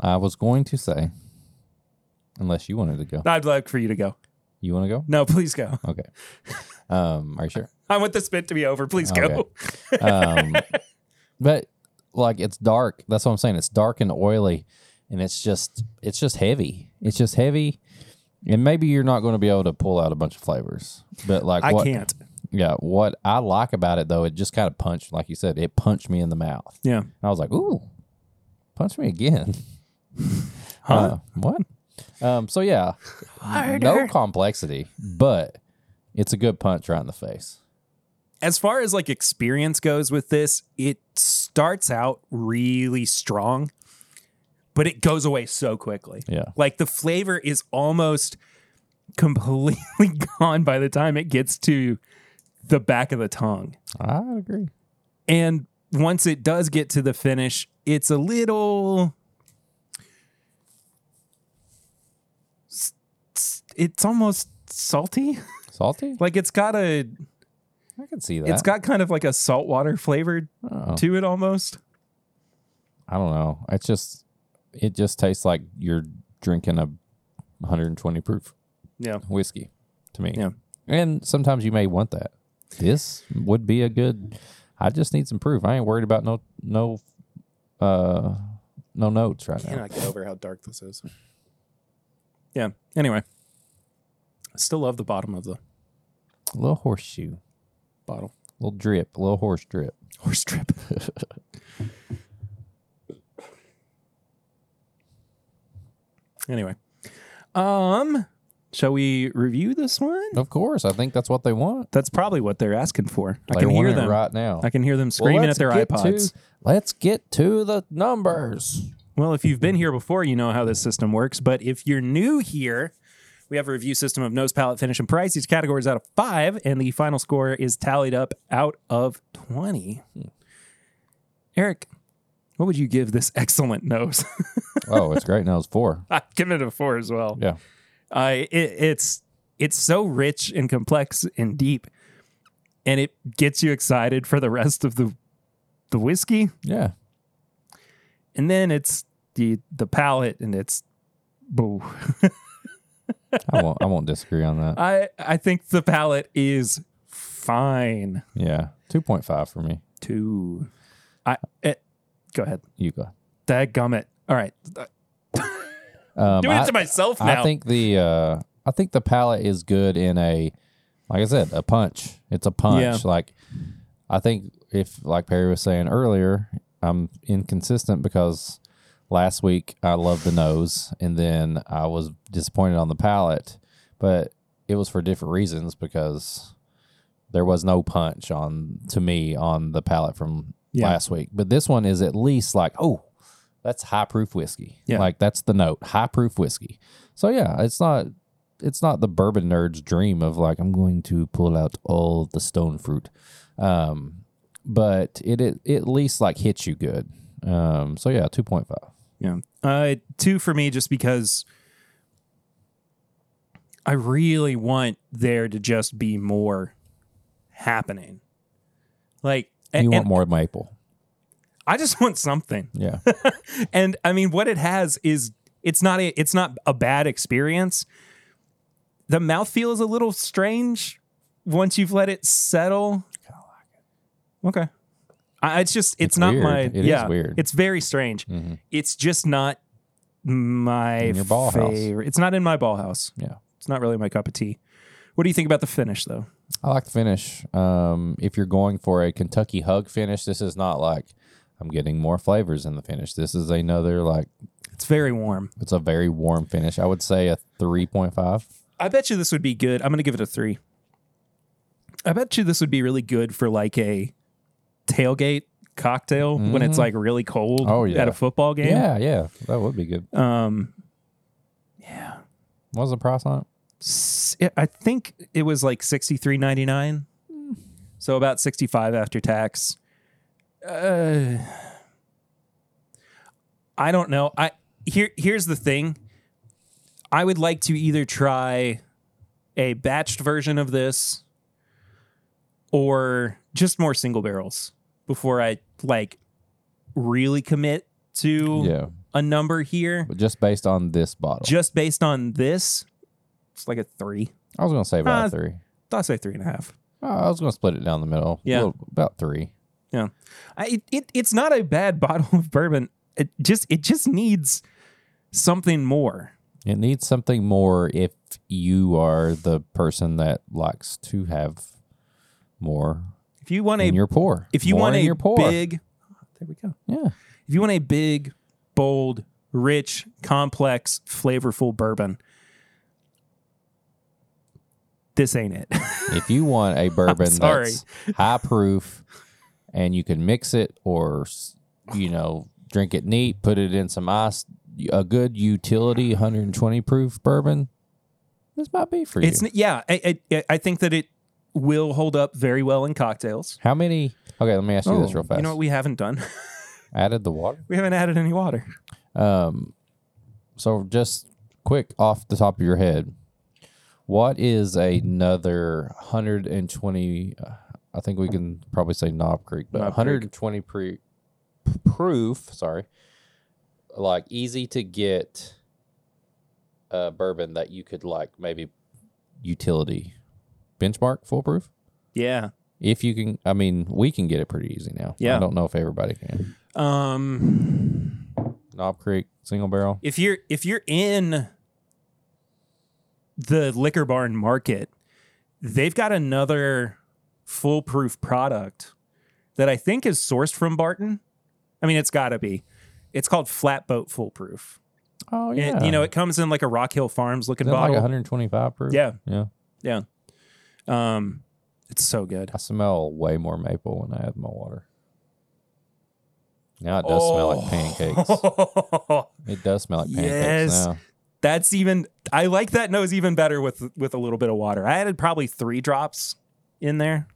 S2: I was going to say, unless you wanted to go,
S1: I'd like for you to go.
S2: you want to go?
S1: No, please go.
S2: Okay. Um, are you sure?
S1: I want this bit to be over. Please
S2: Okay.
S1: go.
S2: um, but like it's dark. That's what I'm saying. It's dark and oily, and it's just it's just heavy. It's just heavy, and maybe you're not going to be able to pull out a bunch of flavors. But like
S1: I
S2: what,
S1: can't.
S2: Yeah, what I like about it though, it just kind of punched, like you said, it punched me in the mouth.
S1: Yeah.
S2: And I was like, ooh, punch me again.
S1: Huh?
S2: Uh, what? Um, so yeah, no complexity, but it's a good punch right in the face.
S1: as far as like experience goes with this, it starts out really strong, but it goes away so quickly.
S2: Yeah.
S1: Like the flavor is almost completely gone by the time it gets to the back of the tongue.
S2: I agree.
S1: And once it does get to the finish, it's a little. s- s- It's almost salty.
S2: Salty?
S1: Like it's got a,
S2: I can see that.
S1: it's got kind of like a saltwater flavor
S2: Oh.
S1: to it almost.
S2: I don't know. It's just it just tastes like you're drinking a 120 proof
S1: Yeah.
S2: whiskey to me.
S1: Yeah.
S2: And sometimes you may want that. This would be a good I just need some proof. I ain't worried about no no uh no notes right now.
S1: get over how dark this is. Yeah. Anyway, I still love the bottom of the
S2: A little horseshoe,
S1: bottle.
S2: little drip, little horse drip.
S1: Horse drip. anyway, um, shall we review this one?
S2: Of course, I think that's what they want.
S1: That's probably what they're asking for. I
S2: They
S1: can
S2: want
S1: hear
S2: it
S1: them.
S2: right now.
S1: I can hear them
S2: Well,
S1: screaming at
S2: let's
S1: their
S2: get
S1: iPods.
S2: To, let's get to the numbers.
S1: Well, if you've been here before, you know how this system works. But if you're new here, we have a review system of nose, palette, finish, and price. Each category is out of five, and the final score is tallied up out of 20.
S2: Hmm.
S1: Eric, what would you give this excellent nose?
S2: oh, it's great. Now it's four.
S1: I'd give it a four as well.
S2: Yeah.
S1: I it, it's it's so rich and complex and deep, and it gets you excited for the rest of the the whiskey.
S2: Yeah.
S1: And then it's the the palate, and it's boo.
S2: I won't I won't disagree on that.
S1: I I think the palette is fine
S2: Yeah. Two point five for me.
S1: too. I it, go ahead.
S2: You go.
S1: That gummit. All right,
S2: Um,
S1: doing
S2: I,
S1: it to myself
S2: I
S1: now.
S2: think the uh, I think the palette is good in a like I said, a punch. It's a punch.
S1: Yeah.
S2: Like I think if like Perry was saying earlier, I'm inconsistent because last week I loved the nose and then I was disappointed on the palette, but it was for different reasons because there was no punch on to me on the palette from
S1: Yeah.
S2: last week. But this one is at least like, oh, that's high proof whiskey.
S1: Yeah.
S2: Like that's the note, high proof whiskey. So yeah, it's not it's not the bourbon nerd's dream of like I'm going to pull out all the stone fruit. Um but it, it, it at least like hits you good. Um so yeah, 2.5.
S1: yeah, uh, two for me just because I really want there to just be more happening. Like, and,
S2: you want
S1: and
S2: more maple.
S1: I just want something.
S2: Yeah.
S1: and I mean, what it has is It's not a, it's not a bad experience. The mouthfeel is a little strange once you've let it settle. Okay. I, it's just it's,
S2: It's
S1: not
S2: weird.
S1: my
S2: It is
S1: yeah.
S2: weird.
S1: It's very strange.
S2: Mhm.
S1: It's just not my
S2: In your ball house.
S1: favorite. It's not in my ball house.
S2: Yeah.
S1: It's not really my cup of tea. What do you think about the finish though?
S2: I like the finish. Um, if you're going for a Kentucky hug finish, this is not like I'm getting more flavors in the finish. This is another like
S1: It's very warm.
S2: it's a very warm finish. I would say a three point five.
S1: I bet you this would be good. I'm going to give it a three. I bet you this would be really good for like a tailgate cocktail when it's like really cold
S2: Mm-hmm. Oh, yeah.
S1: at a football game.
S2: Yeah, yeah, that would be good.
S1: Um,
S2: What was the price on it?
S1: s- I think it was like 63.99. So about 65 after tax. Uh, I don't know. I here here's the thing. I would like to either try a batched version of this or just more single barrels before I like really commit to
S2: Yeah,
S1: a number here.
S2: but just based on this bottle,
S1: Just based on this, it's like a three.
S2: I was gonna say about
S1: Uh,
S2: three.
S1: I'll say three and a half.
S2: Uh, I was gonna split it down the middle.
S1: Yeah.
S2: Well, about three.
S1: I, it, it it's not a bad bottle of bourbon. It just it just needs something more.
S2: It needs something more if you are the person that likes to have more,
S1: If you want
S2: and
S1: a
S2: you're poor.
S1: if you
S2: More
S1: want
S2: and
S1: a
S2: you're poor.
S1: big, there we go.
S2: yeah.
S1: If you want a big, bold, rich, complex, flavorful bourbon, this ain't it.
S2: If you want a bourbon
S1: sorry.
S2: that's high proof and you can mix it or, s- you know, drink it neat, put it in some ice, a good utility 120 proof bourbon, this might be for you.
S1: it's n- yeah. I, I I think that it will hold up very well in cocktails.
S2: How many? Okay, let me ask you this
S1: Oh,
S2: real fast.
S1: You know what we haven't done?
S2: Added the water.
S1: we haven't added any water.
S2: Um, so just quick off the top of your head, what is another 120? uh, I think we can probably say Knob Creek, but
S1: Knob Creek.
S2: 120 pre, proof. Sorry, like easy to get uh, bourbon that you could like maybe utility benchmark foolproof.
S1: Yeah.
S2: If you can, I mean, we can get it pretty easy now.
S1: Yeah.
S2: I don't know if everybody can.
S1: Um.
S2: Knob Creek single barrel.
S1: if you're if you're in the liquor barn market, they've got another foolproof product that I think is sourced from Barton. I mean, it's got to be. It's called Flatboat Foolproof.
S2: Oh
S1: And,
S2: yeah,
S1: you know, it comes in like a Rock Hill Farms looking
S2: Is that like
S1: bottle.
S2: 125 proof?
S1: yeah,
S2: Yeah.
S1: yeah. Um, it's so good.
S2: I smell way more maple when I add my water. Now it does smell
S1: Oh.
S2: like pancakes.
S1: pancakes.
S2: It does smell like pancakes
S1: Yes.
S2: now.
S1: That's even. I like that nose even better with with a little bit of water. I added probably three drops in there.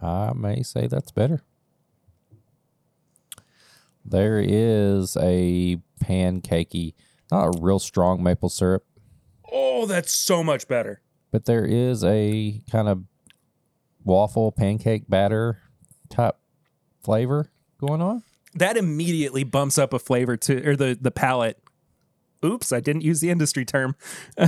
S2: I may say that's better. There is a pancakey, not a real strong maple syrup,
S1: Oh, that's so much better.
S2: but there is a kind of waffle pancake batter type flavor going on.
S1: That immediately bumps up a flavor to or the the palate. Oops, I didn't use the industry term.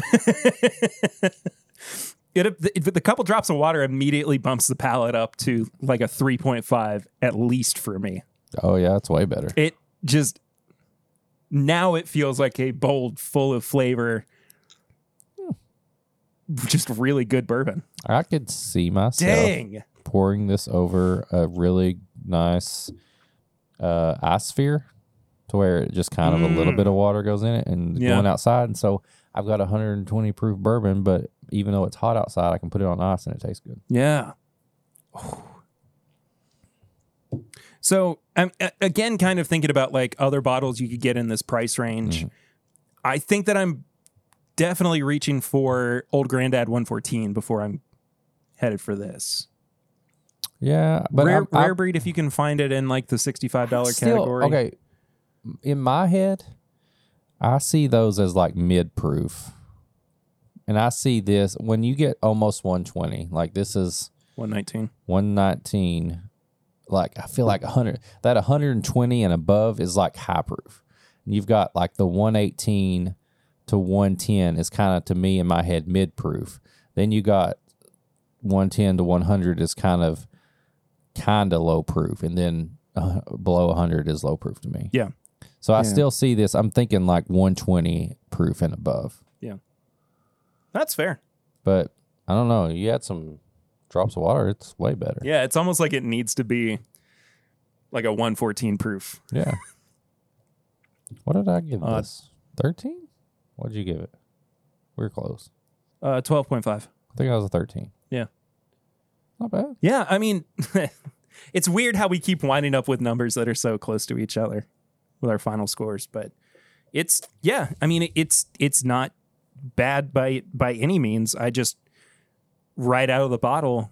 S1: It, the, the couple drops of water immediately bumps the palate up to like a 3.5 at least for me.
S2: Oh yeah, it's way better.
S1: It just now it feels like a bold, full of flavor, Hmm. just really good bourbon.
S2: I could see myself
S1: Dang.
S2: pouring this over a really nice uh, ice sphere to where it just kind of a little
S1: Mm.
S2: bit of water goes in it and
S1: Yeah.
S2: going outside. And so I've got 120 proof bourbon, but even though it's hot outside, I can put it on ice and it tastes good.
S1: Yeah. So um, a- again, kind of thinking about like other bottles you could get in this price range.
S2: Mm-hmm.
S1: I think that I'm definitely reaching for Old Grandad 114 before I'm headed for this.
S2: Yeah, but
S1: rare,
S2: I'm,
S1: rare breed if you can find it in like the $65
S2: I'm still-
S1: category.
S2: Okay, in my head, I see those as like mid proof, and I see this when you get almost 120. Like this is
S1: 119.
S2: 119 like I feel like 100 that 120 and above is like high proof. And you've got like the 118 to 110 is kind of to me in my head mid proof. Then you got 110 to 100 is kind of kind of low proof and then uh, below 100 is low proof to me.
S1: Yeah.
S2: So I
S1: Yeah.
S2: still see this I'm thinking like 120 proof and above.
S1: That's fair.
S2: But I don't know, you add some drops of water, it's way better.
S1: Yeah, it's almost like it needs to be like a 114 proof.
S2: Yeah. what did I give
S1: Uh,
S2: this? 13? What did you give it? We were close.
S1: Uh, 12.5.
S2: I think I was a 13.
S1: Yeah.
S2: Not bad.
S1: Yeah, I mean, it's weird how we keep winding up with numbers that are so close to each other with our final scores, but it's yeah, I mean, it's it's not bad by by any means. I just right out of the bottle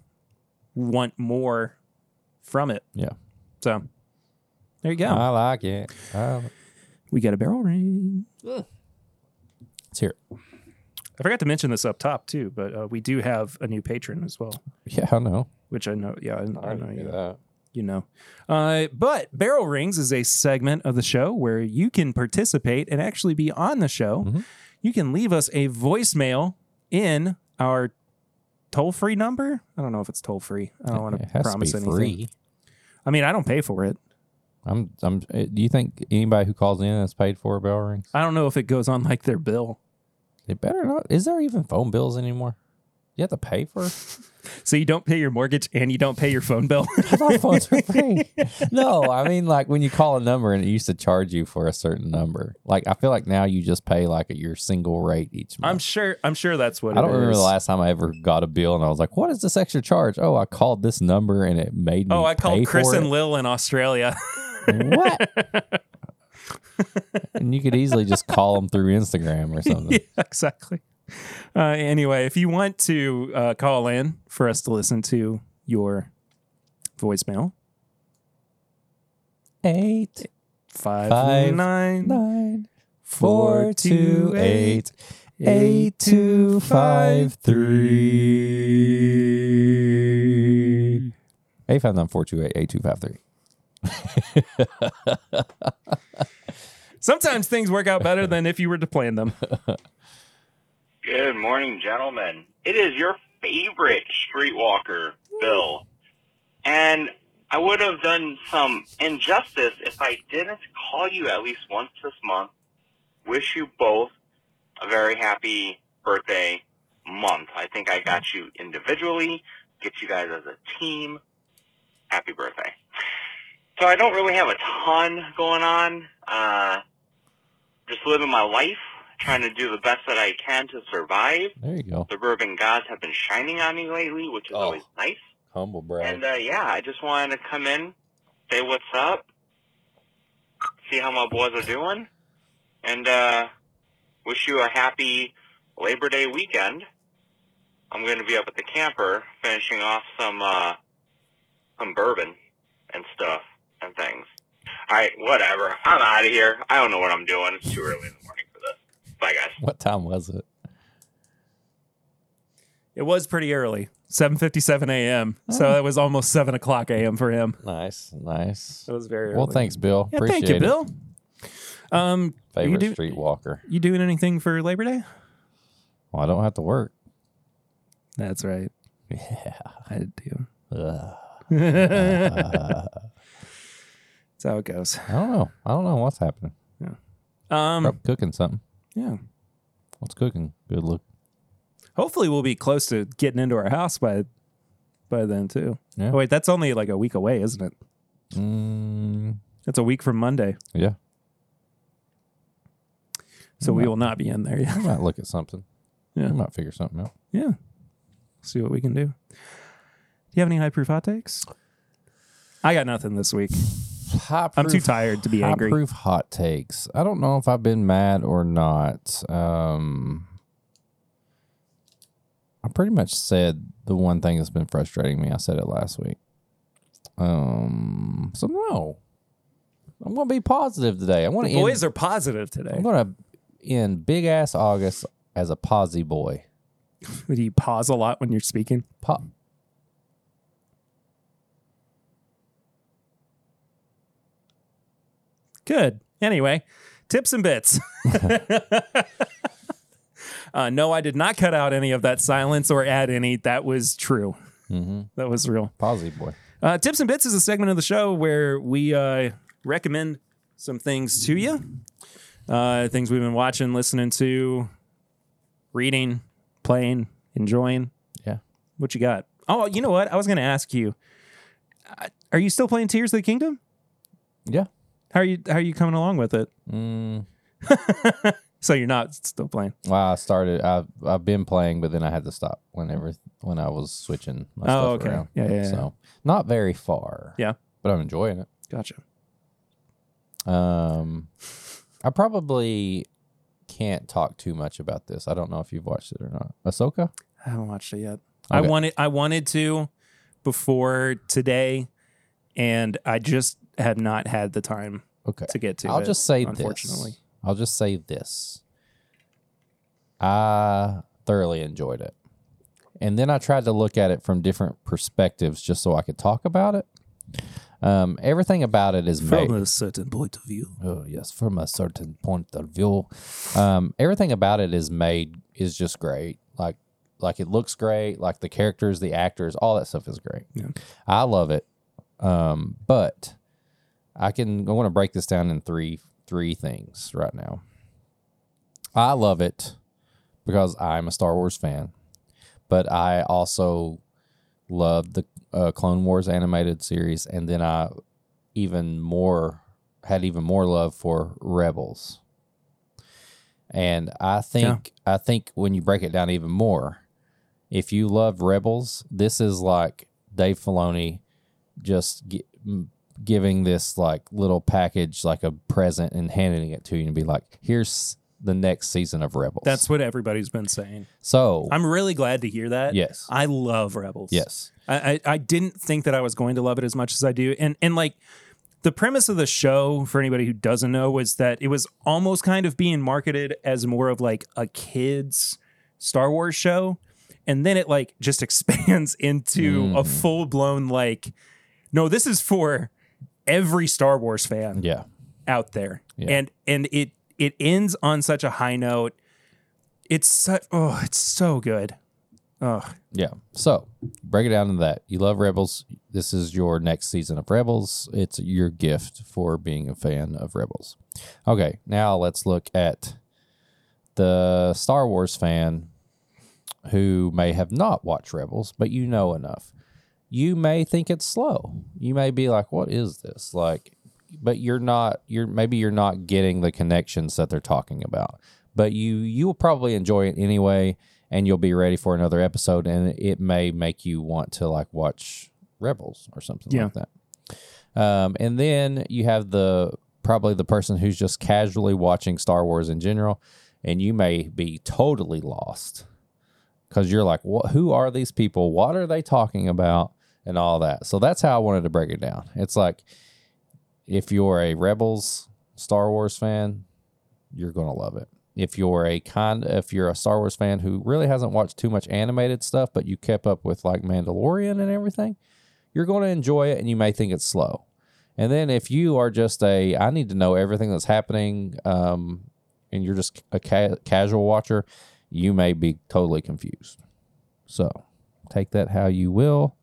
S1: want more from it.
S2: Yeah.
S1: So there you go.
S2: I like it. I li-
S1: we got a barrel ring.
S2: It's here.
S1: I forgot to mention this up top too, but uh, we do have a new patron as well,
S2: Yeah, I know.
S1: which I know. Yeah, I,
S2: Oh,
S1: I know you.
S2: that.
S1: you know. Uh, but Barrel Rings is a segment of the show where you can participate and actually be on the show.
S2: Mhm.
S1: You can leave us a voicemail in our toll free number. I don't know if it's toll free. I don't want
S2: It
S1: to
S2: has to be
S1: promise anything.
S2: free.
S1: I mean, I don't pay for it.
S2: I'm, I'm, uh, do you think anybody who calls in is paid for bell rings?
S1: I don't know if it goes on like their bill.
S2: They better not. Is there even phone bills anymore? You have to pay for
S1: So you don't pay your mortgage and you don't pay your phone bill.
S2: I thought phones were free. No, I mean like when you call a number and it used to charge you for a certain number. Like I feel like now you just pay like your single rate each
S1: I'm
S2: month.
S1: sure. I'm sure that's what
S2: I don't
S1: it
S2: remember
S1: is.
S2: the last time I ever got a bill and I was like, "What is this extra charge?" Oh, I called this number and it made me.
S1: Oh, I
S2: pay
S1: called Chris
S2: for
S1: and
S2: it.
S1: Lil in Australia.
S2: what? and you could easily just call them through Instagram or something.
S1: yeah, exactly. Uh, anyway, if you want to uh, call in for us to listen to your voicemail,
S2: Eight
S1: five,
S2: Five,
S1: nine,
S2: nine
S1: four, two, eight,
S2: eight two five three. Eight five nine four two eight eight two five three.
S1: Sometimes things work out better than if you were to plan them.
S3: Good morning, gentlemen. It is your favorite streetwalker, Bill. And I would have done some injustice if I didn't call you at least once this month. Wish you both a very happy birthday month. I think I got you individually, get you guys as a team. Happy birthday. So I don't really have a ton going on. Uh, just living my life, trying to do the best that I can to survive.
S2: There you go.
S3: Suburban gods have been shining on me lately, which is
S2: Oh.
S3: always nice.
S2: Humble brag.
S3: And uh, yeah, I just wanted to come in, say what's up, see how my boys are doing, and uh, wish you a happy Labor Day weekend. I'm going to be up at the camper finishing off some uh, some bourbon and stuff and things. All right, whatever. I'm out of here. I don't know what I'm doing. It's too early in the morning for this. Bye, guys.
S2: What time was it?
S1: It was pretty early, seven fifty-seven a.m.
S2: Ah.
S1: So it was almost seven o'clock a.m. for him.
S2: Nice, nice.
S1: It was very early.
S2: Well, thanks, Bill.
S1: Yeah,
S2: Appreciate
S1: thank you,
S2: it.
S1: Bill. Um,
S2: Favorite
S1: You do-
S2: street walker.
S1: you doing anything for Labor Day?
S2: Well, I don't have to work.
S1: That's right.
S2: Yeah.
S1: I do.
S2: Ugh.
S1: That's
S2: Uh,
S1: how it goes.
S2: I don't know. I don't know what's happening.
S1: Um,
S2: Probably cooking something.
S1: yeah.
S2: What's cooking? Good look.
S1: hopefully we'll be close to getting into our house by by then too.
S2: Yeah.
S1: Oh, wait, that's only like a week away, isn't it?
S2: Mm,
S1: That's a week from Monday.
S2: Yeah.
S1: So we will not be in there yet.
S2: we might look at something.
S1: Yeah.
S2: We might figure something out.
S1: Yeah. See what we can do. Do you have any high proof hot takes? I got nothing this week.
S2: High
S1: I'm too
S2: proof-
S1: tired to be
S2: high
S1: angry.
S2: proof hot takes. I don't know if I've been mad or not. Um, I pretty much said the one thing that's been frustrating me. I said it last week. Um, so no, I'm gonna be positive today. I want to end.
S1: Boys are positive today.
S2: I'm gonna end big ass August as a posy boy.
S1: Do you pause a lot when you're speaking?
S2: Po-
S1: Good. Anyway, tips and bits. uh, no, I did not cut out any of that silence or add any. That was true.
S2: Mm-hmm.
S1: That was real.
S2: Positive boy.
S1: Uh, Tips and Bits is a segment of the show where we uh, recommend some things to you, uh, things we've been watching, listening to, reading, playing, enjoying.
S2: Yeah.
S1: What you got? Oh, you know what? I was going to ask you. uh, Are you still playing Tears of the Kingdom?
S2: Yeah.
S1: How are you? How are you coming along with it?
S2: Mm.
S1: So you're not still playing.
S2: Well, I started. I've I've been playing, but then I had to stop whenever when I was switching my
S1: Oh,
S2: stuff
S1: okay.
S2: around.
S1: Yeah, yeah, yeah.
S2: So not very far.
S1: Yeah.
S2: but I'm enjoying it.
S1: Gotcha.
S2: Um, I probably can't talk too much about this. I don't know if you've watched it or not. Ahsoka.
S1: I haven't watched it yet. I
S2: Okay.
S1: wanted I wanted to before today, and I just have not had the time
S2: Okay.
S1: to get to.
S2: I'll
S1: it,
S2: just say
S1: unfortunately.
S2: this. I'll just say this. I thoroughly enjoyed it. And then I tried to look at it from different perspectives just so I could talk about it. Um, everything about it is made.
S1: a certain point of view.
S2: Oh, yes, from a certain point of view. Um, everything about it is made is just great. Like like it looks great, like the characters, the actors, all that stuff is great.
S1: Yeah.
S2: I love it. Um, but I can I want to break this down in three three things right now. I love it because I'm a Star Wars fan, but I also loved the uh, Clone Wars animated series, and then I even more had even more love for Rebels. And I think I think when you break it down even more, if you love Rebels, this is like Dave Filoni just gi- m- giving this like little package, like a present, and handing it to you and be like, "Here's the next season of Rebels."
S1: That's what everybody's been saying.
S2: so.
S1: I'm really glad to hear that.
S2: yes.
S1: I love Rebels.
S2: yes.
S1: I, I, I didn't think that I was going to love it as much as I do. And and like the premise of the show, for anybody who doesn't know, was that it was almost kind of being marketed as more of like a kids Star Wars show. And then it like just expands into a
S2: Mhm.
S1: full blown like, no, this is for every Star Wars fan.
S2: Yeah.
S1: out there
S2: Yeah.
S1: and and it it ends on such a high note it's such oh it's so good oh
S2: Yeah. So break it down into that. You love Rebels. This is your next season of Rebels. It's your gift for being a fan of Rebels. Okay. Now let's look at the Star Wars fan who may have not watched Rebels, but you know enough. You may think it's slow. You may be like, what is this? Like, but you're not, you're maybe you're not getting the connections that they're talking about. But you you will probably enjoy it anyway and you'll be ready for another episode and it may make you want to like watch rebels or something like that um, and then you have the probably the person who's just casually watching star wars in general and you may be totally lost because you're like what, who are these people what are they talking about and all that so that's how i wanted to break it down it's like if you're a rebels star wars fan you're going to love it if you're a kind if you're a Star Wars fan who really hasn't watched too much animated stuff, but you kept up with like Mandalorian and everything, you're going to enjoy it and you may think it's slow. And then if you are just a I need to know everything that's happening um and you're just a ca- casual watcher, you may be totally confused. So, take that how you will.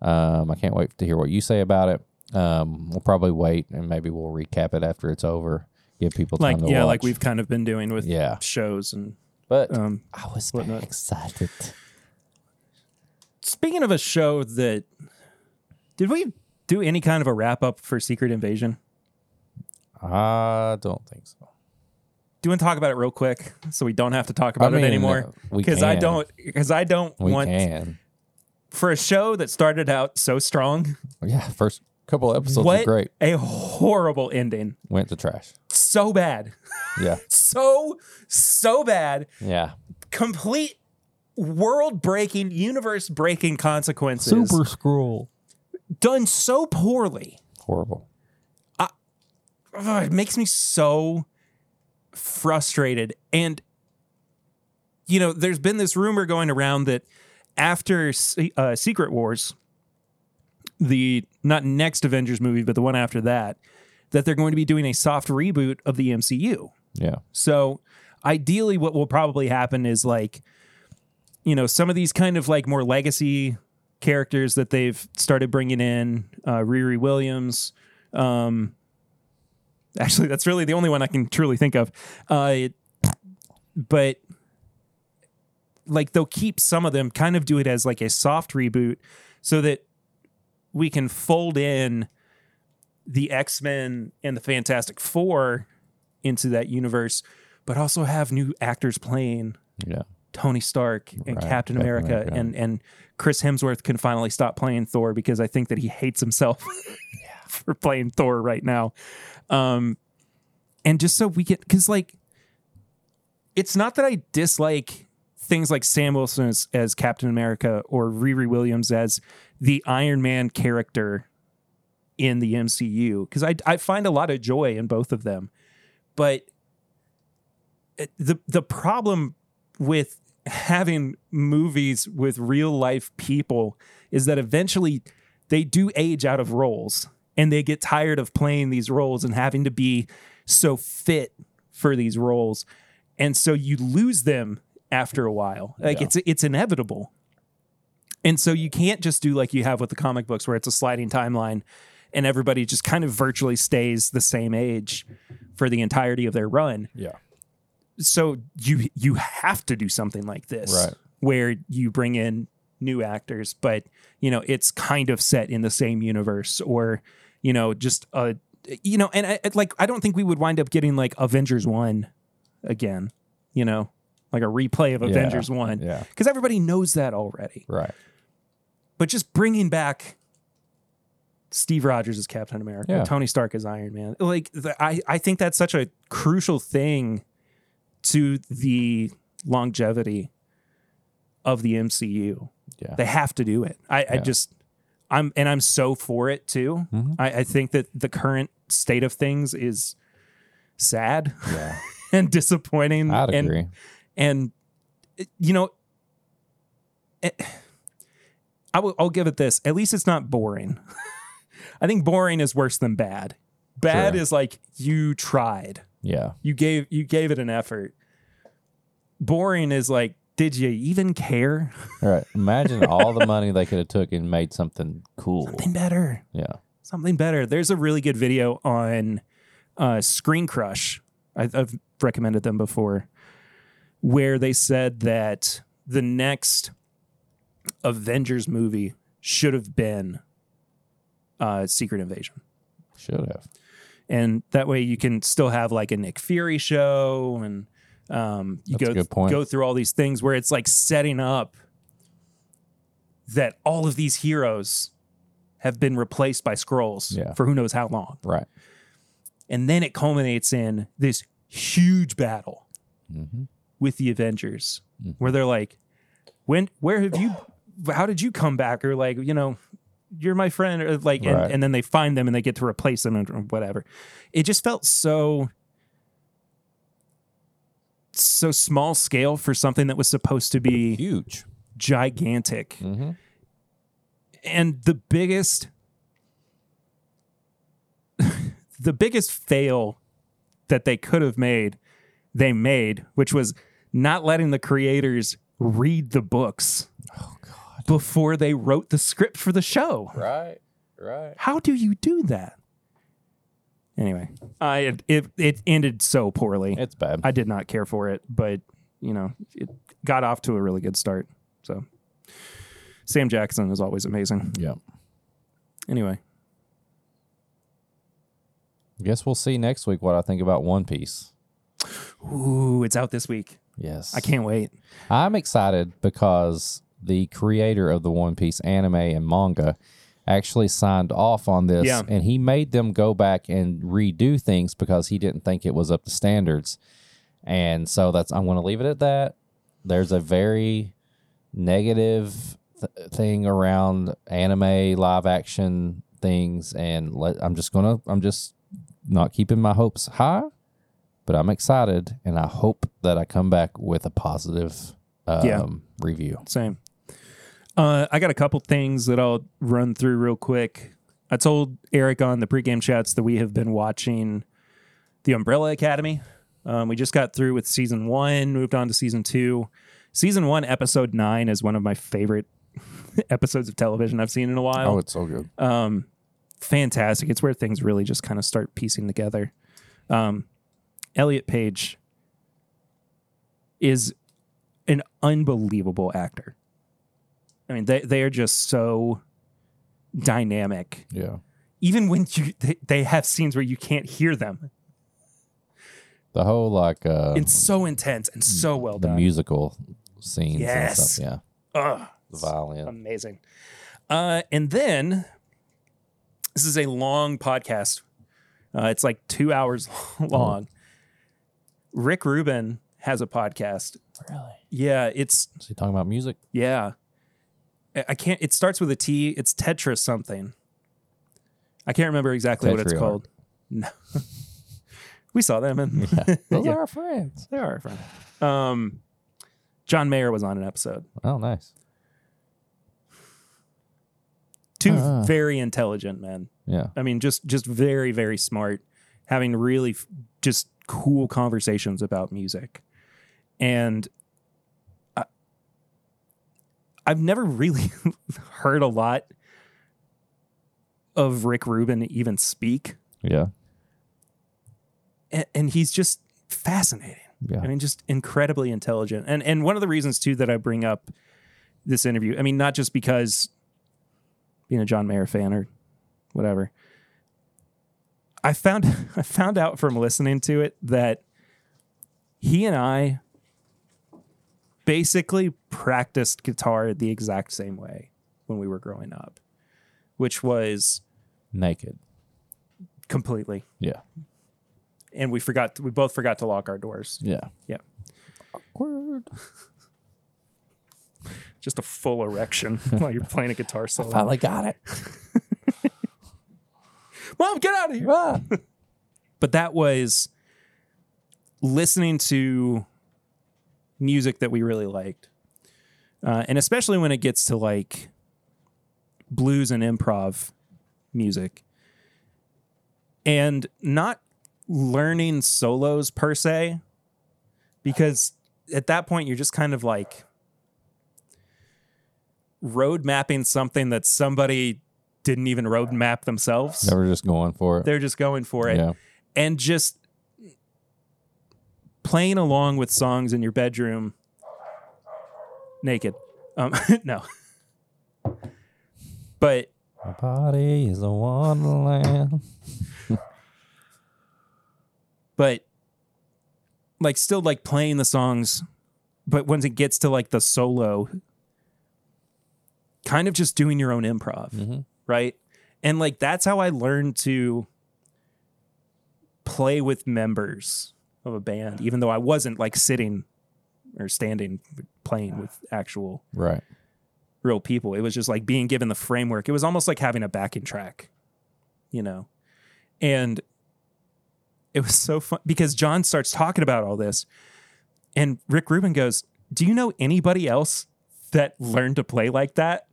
S2: Um I can't wait to hear what you say about it. Um, we'll probably wait and maybe we'll recap it after it's over. Give people
S1: like
S2: time to
S1: yeah like
S2: watch.
S1: we've kind of been doing with
S2: yeah,
S1: shows and
S2: but
S1: um
S2: I was
S1: very whatnot.
S2: excited.
S1: speaking of a show that did we do any kind of a wrap up for secret invasion
S2: I don't think so.
S1: do you want to talk about it real quick so we don't have to talk about
S2: I mean, uh,
S1: it anymore
S2: we
S1: because i
S2: can.
S1: don't because i don't
S2: We
S1: want
S2: can.
S1: for a show that started out so strong
S2: Yeah, first couple of episodes were
S1: what
S2: great.
S1: a horrible ending
S2: Went to trash.
S1: so bad
S2: Yeah,
S1: so so bad
S2: yeah.
S1: complete world breaking universe breaking consequences
S2: scroll.
S1: done so poorly
S2: Horrible.
S1: Ugh, it makes me so frustrated and you know there's been this rumor going around that after Se- uh, secret wars the not next avengers movie but the one after that that they're going to be doing a soft reboot of the MCU.
S2: Yeah.
S1: So ideally, what will probably happen is like, you know, some of these kind of like more legacy characters that they've started bringing in, uh, Riri Williams. Um, actually, that's really the only one I can truly think of. Uh, it- but like they'll keep some of them, kind of do it as like a soft reboot, so that we can fold in the X Men and the Fantastic Four into that universe, but also have new actors playing
S2: Yeah.
S1: Tony Stark and
S2: Right,
S1: Captain
S2: Captain
S1: America,
S2: America.
S1: and and Chris Hemsworth can finally stop playing Thor because I think that he hates himself for playing Thor right now. Um and just so we get cuz like it's not that I dislike things like Sam Wilson as, as Captain America or Riri Williams as the Iron Man character in the MCU cuz I I find a lot of joy in both of them. But it- the the problem with having movies with real life people is that eventually they do age out of roles and they get tired of playing these roles and having to be so fit for these roles and so you lose them after a while like
S2: Yeah.
S1: it's it's inevitable and so you can't just do like you have with the comic books where it's a sliding timeline and everybody just kind of virtually stays the same age for the entirety of their run
S2: Yeah.
S1: so you you have to do something like this
S2: Right.
S1: where you bring in new actors but you know it's kind of set in the same universe or you know just a you know and I, I- like i don't think we would wind up getting like avengers 1 again you know like a replay of
S2: Yeah.
S1: avengers 1
S2: Yeah.
S1: because everybody knows that already
S2: Right.
S1: but just bringing back Steve Rogers as Captain America,
S2: Yeah.
S1: Tony Stark as Iron Man. Like the, I, I think that's such a crucial thing to the longevity of the MCU.
S2: Yeah.
S1: They have to do it. I, I
S2: Yeah.
S1: just I'm and I'm so for it too.
S2: Mhm.
S1: I, I think that the current state of things is sad
S2: Yeah.
S1: and disappointing
S2: I'd
S1: and
S2: agree.
S1: and it- you know it, I will, i'll give it this at least it's not boring i think boring is worse than bad bad
S2: Sure.
S1: is like you tried
S2: yeah.
S1: you gave you gave it an effort boring is like did you even care
S2: All right. Imagine all the money they could have took and made something cool.
S1: something better
S2: Yeah.
S1: something better there's a really good video on uh, screen crush I, i've recommended them before where they said that the next avengers movie should have been uh, secret invasion
S2: Should have.
S1: and that way you can still have like a nick fury show and um, you
S2: That's a
S1: go,
S2: good point.
S1: go through all these things where it's like setting up that all of these heroes have been replaced by scrolls
S2: Yeah.
S1: for who knows how long
S2: Right.
S1: and then it culminates in this huge battle
S2: Mm-hmm.
S1: with the Avengers,
S2: Mhm.
S1: where they're like, "When? Where have you? How did you come back?" Or like, you know, "You're my friend," or like, and,
S2: Right.
S1: and then they find them and they get to replace them and whatever. It just felt so so small scale for something that was supposed to be
S2: Huge.
S1: gigantic
S2: Mm-hmm.
S1: and the biggest the biggest fail that they could have made they made which was not letting the creators read the books
S2: Oh God.
S1: before they wrote the script for the show
S2: Right. Right.
S1: how do you do that anyway i it it, it ended so poorly
S2: It's bad.
S1: i did not care for it but you know it got off to a really good start so sam jackson is always amazing
S2: yeah.
S1: anyway
S2: Guess we'll see next week what I think about One Piece.
S1: Ooh, it's out this week.
S2: Yes.
S1: I can't wait.
S2: I'm excited because the creator of the One Piece anime and manga actually signed off on this
S1: Yeah.
S2: and he made them go back and redo things because he didn't think it was up to standards. And so that's I'm going to leave it at that. There's a very negative th- thing around anime live action things and let, I'm just going to I'm just not keeping my hopes high, but I'm excited and I hope that I come back with a positive um,
S1: Yeah.
S2: review.
S1: Same. Uh, I got a couple things that I'll run through real quick. I told Eric on the pregame chats that we have been watching The Umbrella Academy. Um, we just got through with season one, moved on to season two. Season one, episode nine, is one of my favorite episodes of television I've seen in a while.
S2: Oh, it's so good.
S1: Um, fantastic. It's where things really just kind of start piecing together. Um, Elliot Page is an unbelievable actor. I mean, they they are just so dynamic.
S2: Yeah.
S1: Even when you they, they have scenes where you can't hear them,
S2: The whole like uh
S1: it's so intense and so well
S2: Mm, the
S1: done.
S2: musical scenes and
S1: Yes.
S2: stuff. Yeah.
S1: Ugh.
S2: The violin.
S1: Amazing. Uh, and then this is a long podcast. Uh, it's like two hours long. Rick Rubin has a podcast.
S2: really?
S1: Yeah, it's
S2: Is he talking about music?
S1: yeah. I I can't. It starts with a T. It's Tetris something. I can't remember exactly what it's
S2: Tetriarch.
S1: called. No, we saw them and
S2: Yeah. Those
S1: Yeah.
S2: are our friends.
S1: they are our friend. Um, John Mayer was on an episode.
S2: Oh, nice.
S1: Two
S2: Ah.
S1: very intelligent men.
S2: Yeah.
S1: I mean, just just very very smart, having really f- just cool conversations about music, and I, I've never really heard a lot of Rick Rubin even speak,
S2: Yeah.
S1: and, and he's just fascinating.
S2: Yeah.
S1: I mean, just incredibly intelligent. And and one of the reasons too that I bring up this interview, I mean, not just because being a John Mayer fan or whatever. I found I found out from listening to it that he and I basically practiced guitar the exact same way when we were growing up, which was
S2: Naked.
S1: completely.
S2: Yeah.
S1: And we forgot we both forgot to lock our doors.
S2: Yeah.
S1: Yeah.
S2: Awkward.
S1: Just a full erection while you're playing a guitar solo.
S2: Finally got it.
S1: Mom, get out of here.
S2: Ah.
S1: But that was listening to music that we really liked. Uh, and especially when it gets to like blues and improv music. And not learning solos per se, because at that point you're just kind of like road mapping something that somebody didn't even road map themselves.
S2: They were just going for it.
S1: They're just going for it.
S2: Yeah.
S1: And just playing along with songs in your bedroom naked. Um, no. But
S2: My body is a wonderland.
S1: but like still like playing the songs, but once it gets to like the solo, kind of just doing your own improv.
S2: Mm-hmm.
S1: right? And like that's how I learned to play with members of a band, even though I wasn't like sitting or standing playing with actual
S2: Right.
S1: real people. It was just like being given the framework. It was almost like having a backing track, you know? And it was so fun because John starts talking about all this, and Rick Rubin goes, Do you know anybody else that learned to play like that?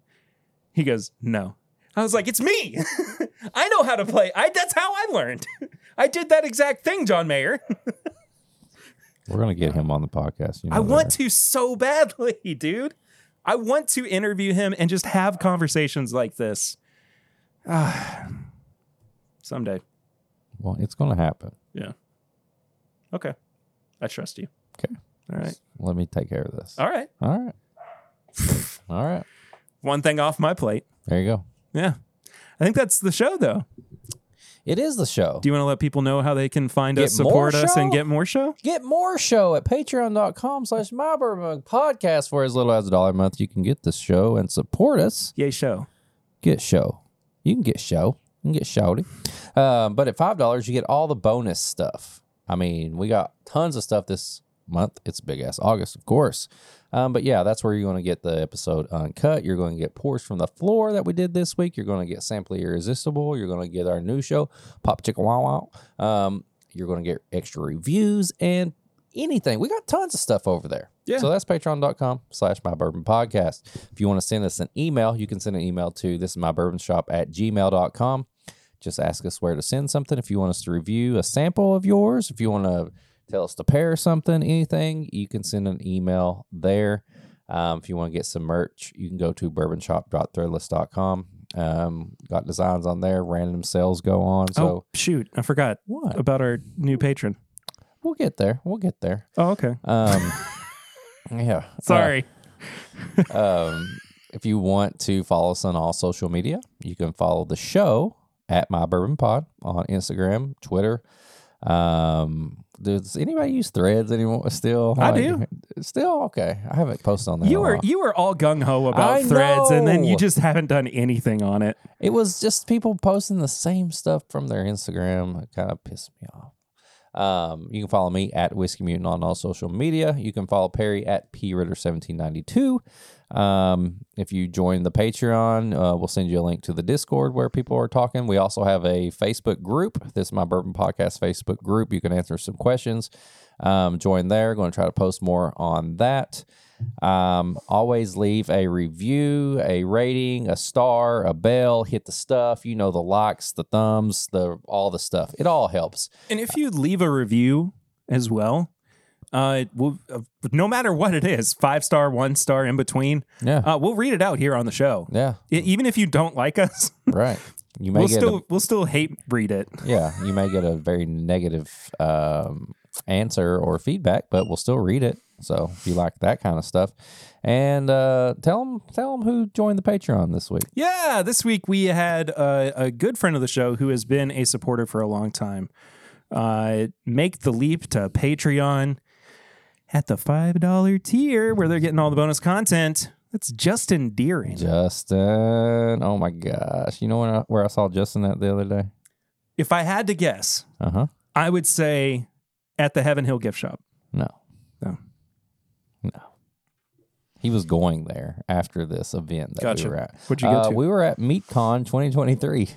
S1: He goes, No. I was like, It's me. I know how to play. I, that's how I learned. I did that exact thing, John Mayer.
S2: We're gonna get him on the podcast. You know
S1: I want to so badly, dude. I want to interview him and just have conversations like this. Ah, someday.
S2: Well, it's gonna happen.
S1: Okay. I trust you.
S2: Okay.
S1: All right.
S2: Let me take care of this.
S1: All right.
S2: All right. All right.
S1: One thing off my plate.
S2: There you go.
S1: Yeah. I think that's the show, though.
S2: It is the show.
S1: Do you want to let people know how they can find us,
S2: Get more
S1: support us, and
S2: show?
S1: get more show?
S2: Get more show at patreon.com slash my bourbon podcast for as little as a dollar a month. You can get this show and support us.
S1: Yay, show.
S2: Get show. You can get show. You can get shouty. Um, but at five dollars you get all the bonus stuff. I mean, we got tons of stuff this month. It's big ass August, of course. Um, but yeah, that's where you're gonna get the episode uncut. You're gonna get pours from the floor that we did this week. You're gonna get Sample Irresistible, you're gonna get our new show, Pop Chicken Wow Wow. Um, you're gonna get extra reviews and anything. We got tons of stuff over there.
S1: Yeah.
S2: So that's patreon.com slash my bourbon podcast. If you want to send us an email, you can send an email to this is my bourbon shop at gmail.com. Just ask us where to send something. If you want us to review a sample of yours, if you want to tell us to pair something, anything, you can send an email there. Um, if you want to get some merch, you can go to bourbonshop.threadless.com. Um, got designs on there, random sales go on. So
S1: oh shoot, I forgot
S2: what?
S1: about our new patron.
S2: We'll get there. We'll get there.
S1: Oh okay,
S2: Um, yeah. Uh,
S1: sorry.
S2: um, if you want to follow us on all social media, you can follow the show at My Bourbon Pod on Instagram, Twitter. Um, does anybody use Threads anymore? Still,
S1: I do.
S2: Still, okay. I haven't posted on there.
S1: you
S2: in a
S1: were
S2: while.
S1: you were all gung ho about
S2: I
S1: threads, and then you
S2: know.
S1: just haven't done anything on it.
S2: It was just people posting the same stuff from their Instagram. It kind of pissed me off. Um, you can follow me at Whiskey Mutant on all social media. You can follow Perry at PRitter1792. Um, if you join the Patreon, uh, we'll send you a link to the Discord where people are talking. We also have a Facebook group. This is my Bourbon Podcast Facebook group. You can answer some questions. Um, join there. Going to try to post more on that. Um, always leave a review, a rating, a star, a bell, hit the stuff. You know the likes, the thumbs, the all the stuff. It all helps.
S1: And if you leave a review as well, uh, we'll, uh, no matter what it is, five star, one star, in between,
S2: Yeah,
S1: uh, we'll read it out here on the show.
S2: Um, yeah,
S1: E- even if you don't like us,
S2: right. You may
S1: we'll
S2: get
S1: still we'll still hate read it.
S2: a, yeah, you may get a very negative um, answer or feedback, but we'll still read it. So if you like that kind of stuff, and uh, tell them tell them who joined the Patreon this week.
S1: Yeah, this week we had uh, a good friend of the show who has been a supporter for a long time. Uh, make the leap to Patreon at the five dollar tier where they're getting all the bonus content. That's Justin Deering.
S2: Justin. Oh my gosh, you know when I, where I saw Justin at the other day?
S1: If I had to guess,
S2: Uh huh.
S1: I would say at the Heaven Hill gift shop.
S2: No.
S1: No.
S2: No. He was going there after this event that
S1: Gotcha.
S2: we were at.
S1: What'd you go
S2: Uh,
S1: to?
S2: We were at MeatCon 2023.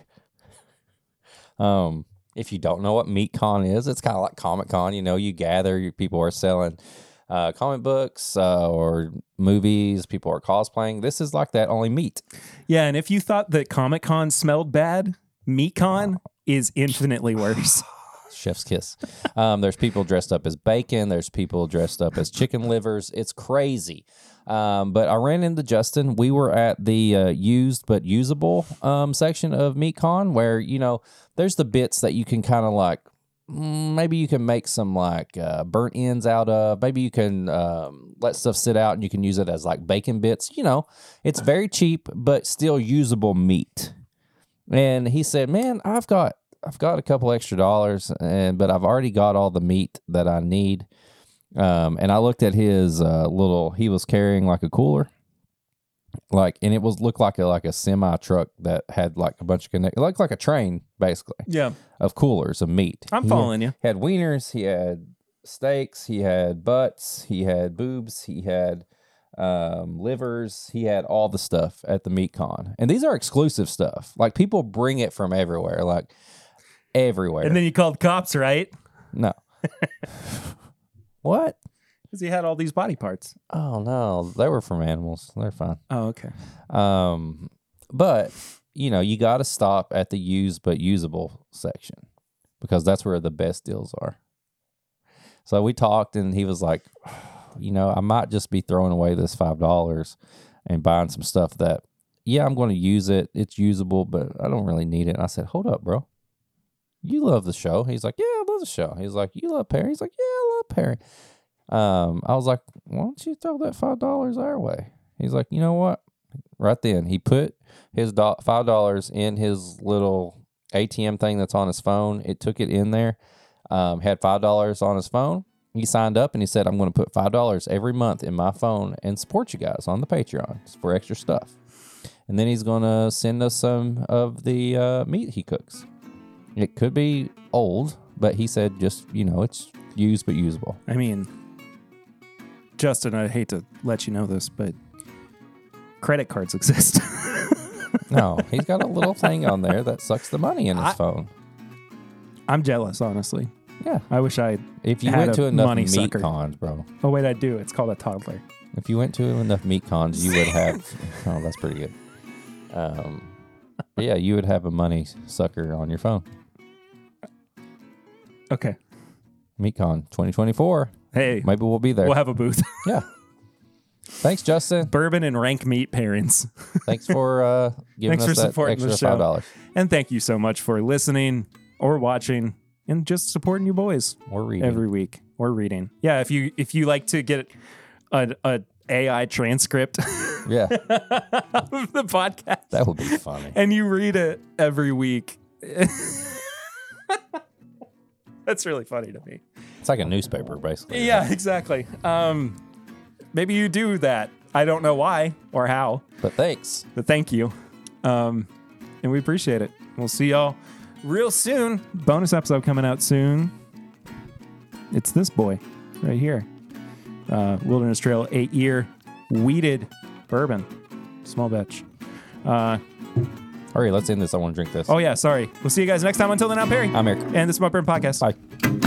S2: um, if you don't know what MeatCon is, it's kind of like Comic Con. You know, you gather, you, people are selling uh, comic books uh, or movies. People are cosplaying. This is like that, only meat.
S1: Yeah, and if you thought that Comic Con smelled bad, MeatCon is infinitely worse.
S2: Chef's kiss. Um, there's people dressed up as bacon. There's people dressed up as chicken livers. It's crazy. Um, but I ran into Justin. We were at the uh, used but usable um, section of MeatCon where, you know, there's the bits that you can kind of like, mm, maybe you can make some like uh, burnt ends out of. Maybe you can um, let stuff sit out and you can use it as like bacon bits. You know, it's very cheap, but still usable meat and he said, "Man, I've got I've got a couple extra dollars, and but I've already got all the meat that I need." Um, and I looked at his uh, little. He was carrying like a cooler, like, and it was looked like a like a semi truck that had like a bunch of connect, it looked like a train basically
S1: yeah,
S2: of coolers of meat.
S1: I'm
S2: He
S1: following you.
S2: had wieners, he had steaks, he had butts, he had boobs, he had um, livers, he had all the stuff at the meat con. And these are exclusive stuff. Like people bring it from everywhere, like everywhere.
S1: And then you called cops, right?
S2: no. what?
S1: Because he had all these body parts.
S2: Oh no, they were from animals. They're fine.
S1: Oh, okay.
S2: Um, but you know, you got to stop at the used but usable section because that's where the best deals are. So we talked, and he was like, "You know, I might just be throwing away this five dollars and buying some stuff that, yeah, I'm going to use it. It's usable, but I don't really need it." And I said, "Hold up, bro. You love the show." He's like, "Yeah, I love the show." He's like, "You love Perry?" He's like, "Yeah, I love Perry." Um, I was like, "Why don't you throw that five dollars our way?" He's like, "You know what? right then he put his do- five dollars in his little atm thing that's on his phone it took it in there um, had five dollars on his phone he signed up and he said i'm going to put five dollars every month in my phone and support you guys on the patreon for extra stuff and then he's going to send us some of the uh, meat he cooks it could be old but he said just you know it's used but usable
S1: I mean, Justin, I hate to let you know this, but credit cards exist.
S2: no he's got a little thing on there that sucks the money in his
S1: I-
S2: phone
S1: I'm jealous, honestly.
S2: Yeah.
S1: I wish I.
S2: If you
S1: Had
S2: went to
S1: a
S2: enough
S1: money
S2: meat
S1: sucker.
S2: cons, bro.
S1: Oh wait, I do. It's called a toddler.
S2: If you went to enough meat cons, you would have. oh, that's pretty good. Um, but yeah, you would have a money sucker on your phone.
S1: Okay.
S2: MeatCon 2024.
S1: Hey,
S2: Maybe we'll be there.
S1: we'll have a booth.
S2: yeah. Thanks, Justin.
S1: Bourbon and rank meat pairings.
S2: Thanks for uh, giving
S1: Thanks
S2: us
S1: for
S2: that
S1: supporting
S2: extra
S1: the show.
S2: five dollars.
S1: And thank you so much for listening or watching and just supporting you boys
S2: We're reading.
S1: every week or reading. Yeah, if you if you like to get a, a AI transcript of
S2: yeah,
S1: the podcast
S2: that would be funny.
S1: and you read it every week. That's really funny to me.
S2: It's like a newspaper, basically.
S1: Yeah, exactly. Um, maybe you do that. I don't know why or how,
S2: But thanks.
S1: but thank you. Um, and we appreciate it. We'll see y'all real soon. Bonus episode coming out soon. It's this boy right here uh, Wilderness Trail eight year weeded bourbon, small batch. Uh,
S2: All right, let's end this. I want to drink this.
S1: oh, yeah, sorry. We'll see you guys next time. Until then, I'm Perry.
S2: I'm Eric.
S1: and this is my Burn Podcast.
S2: Bye.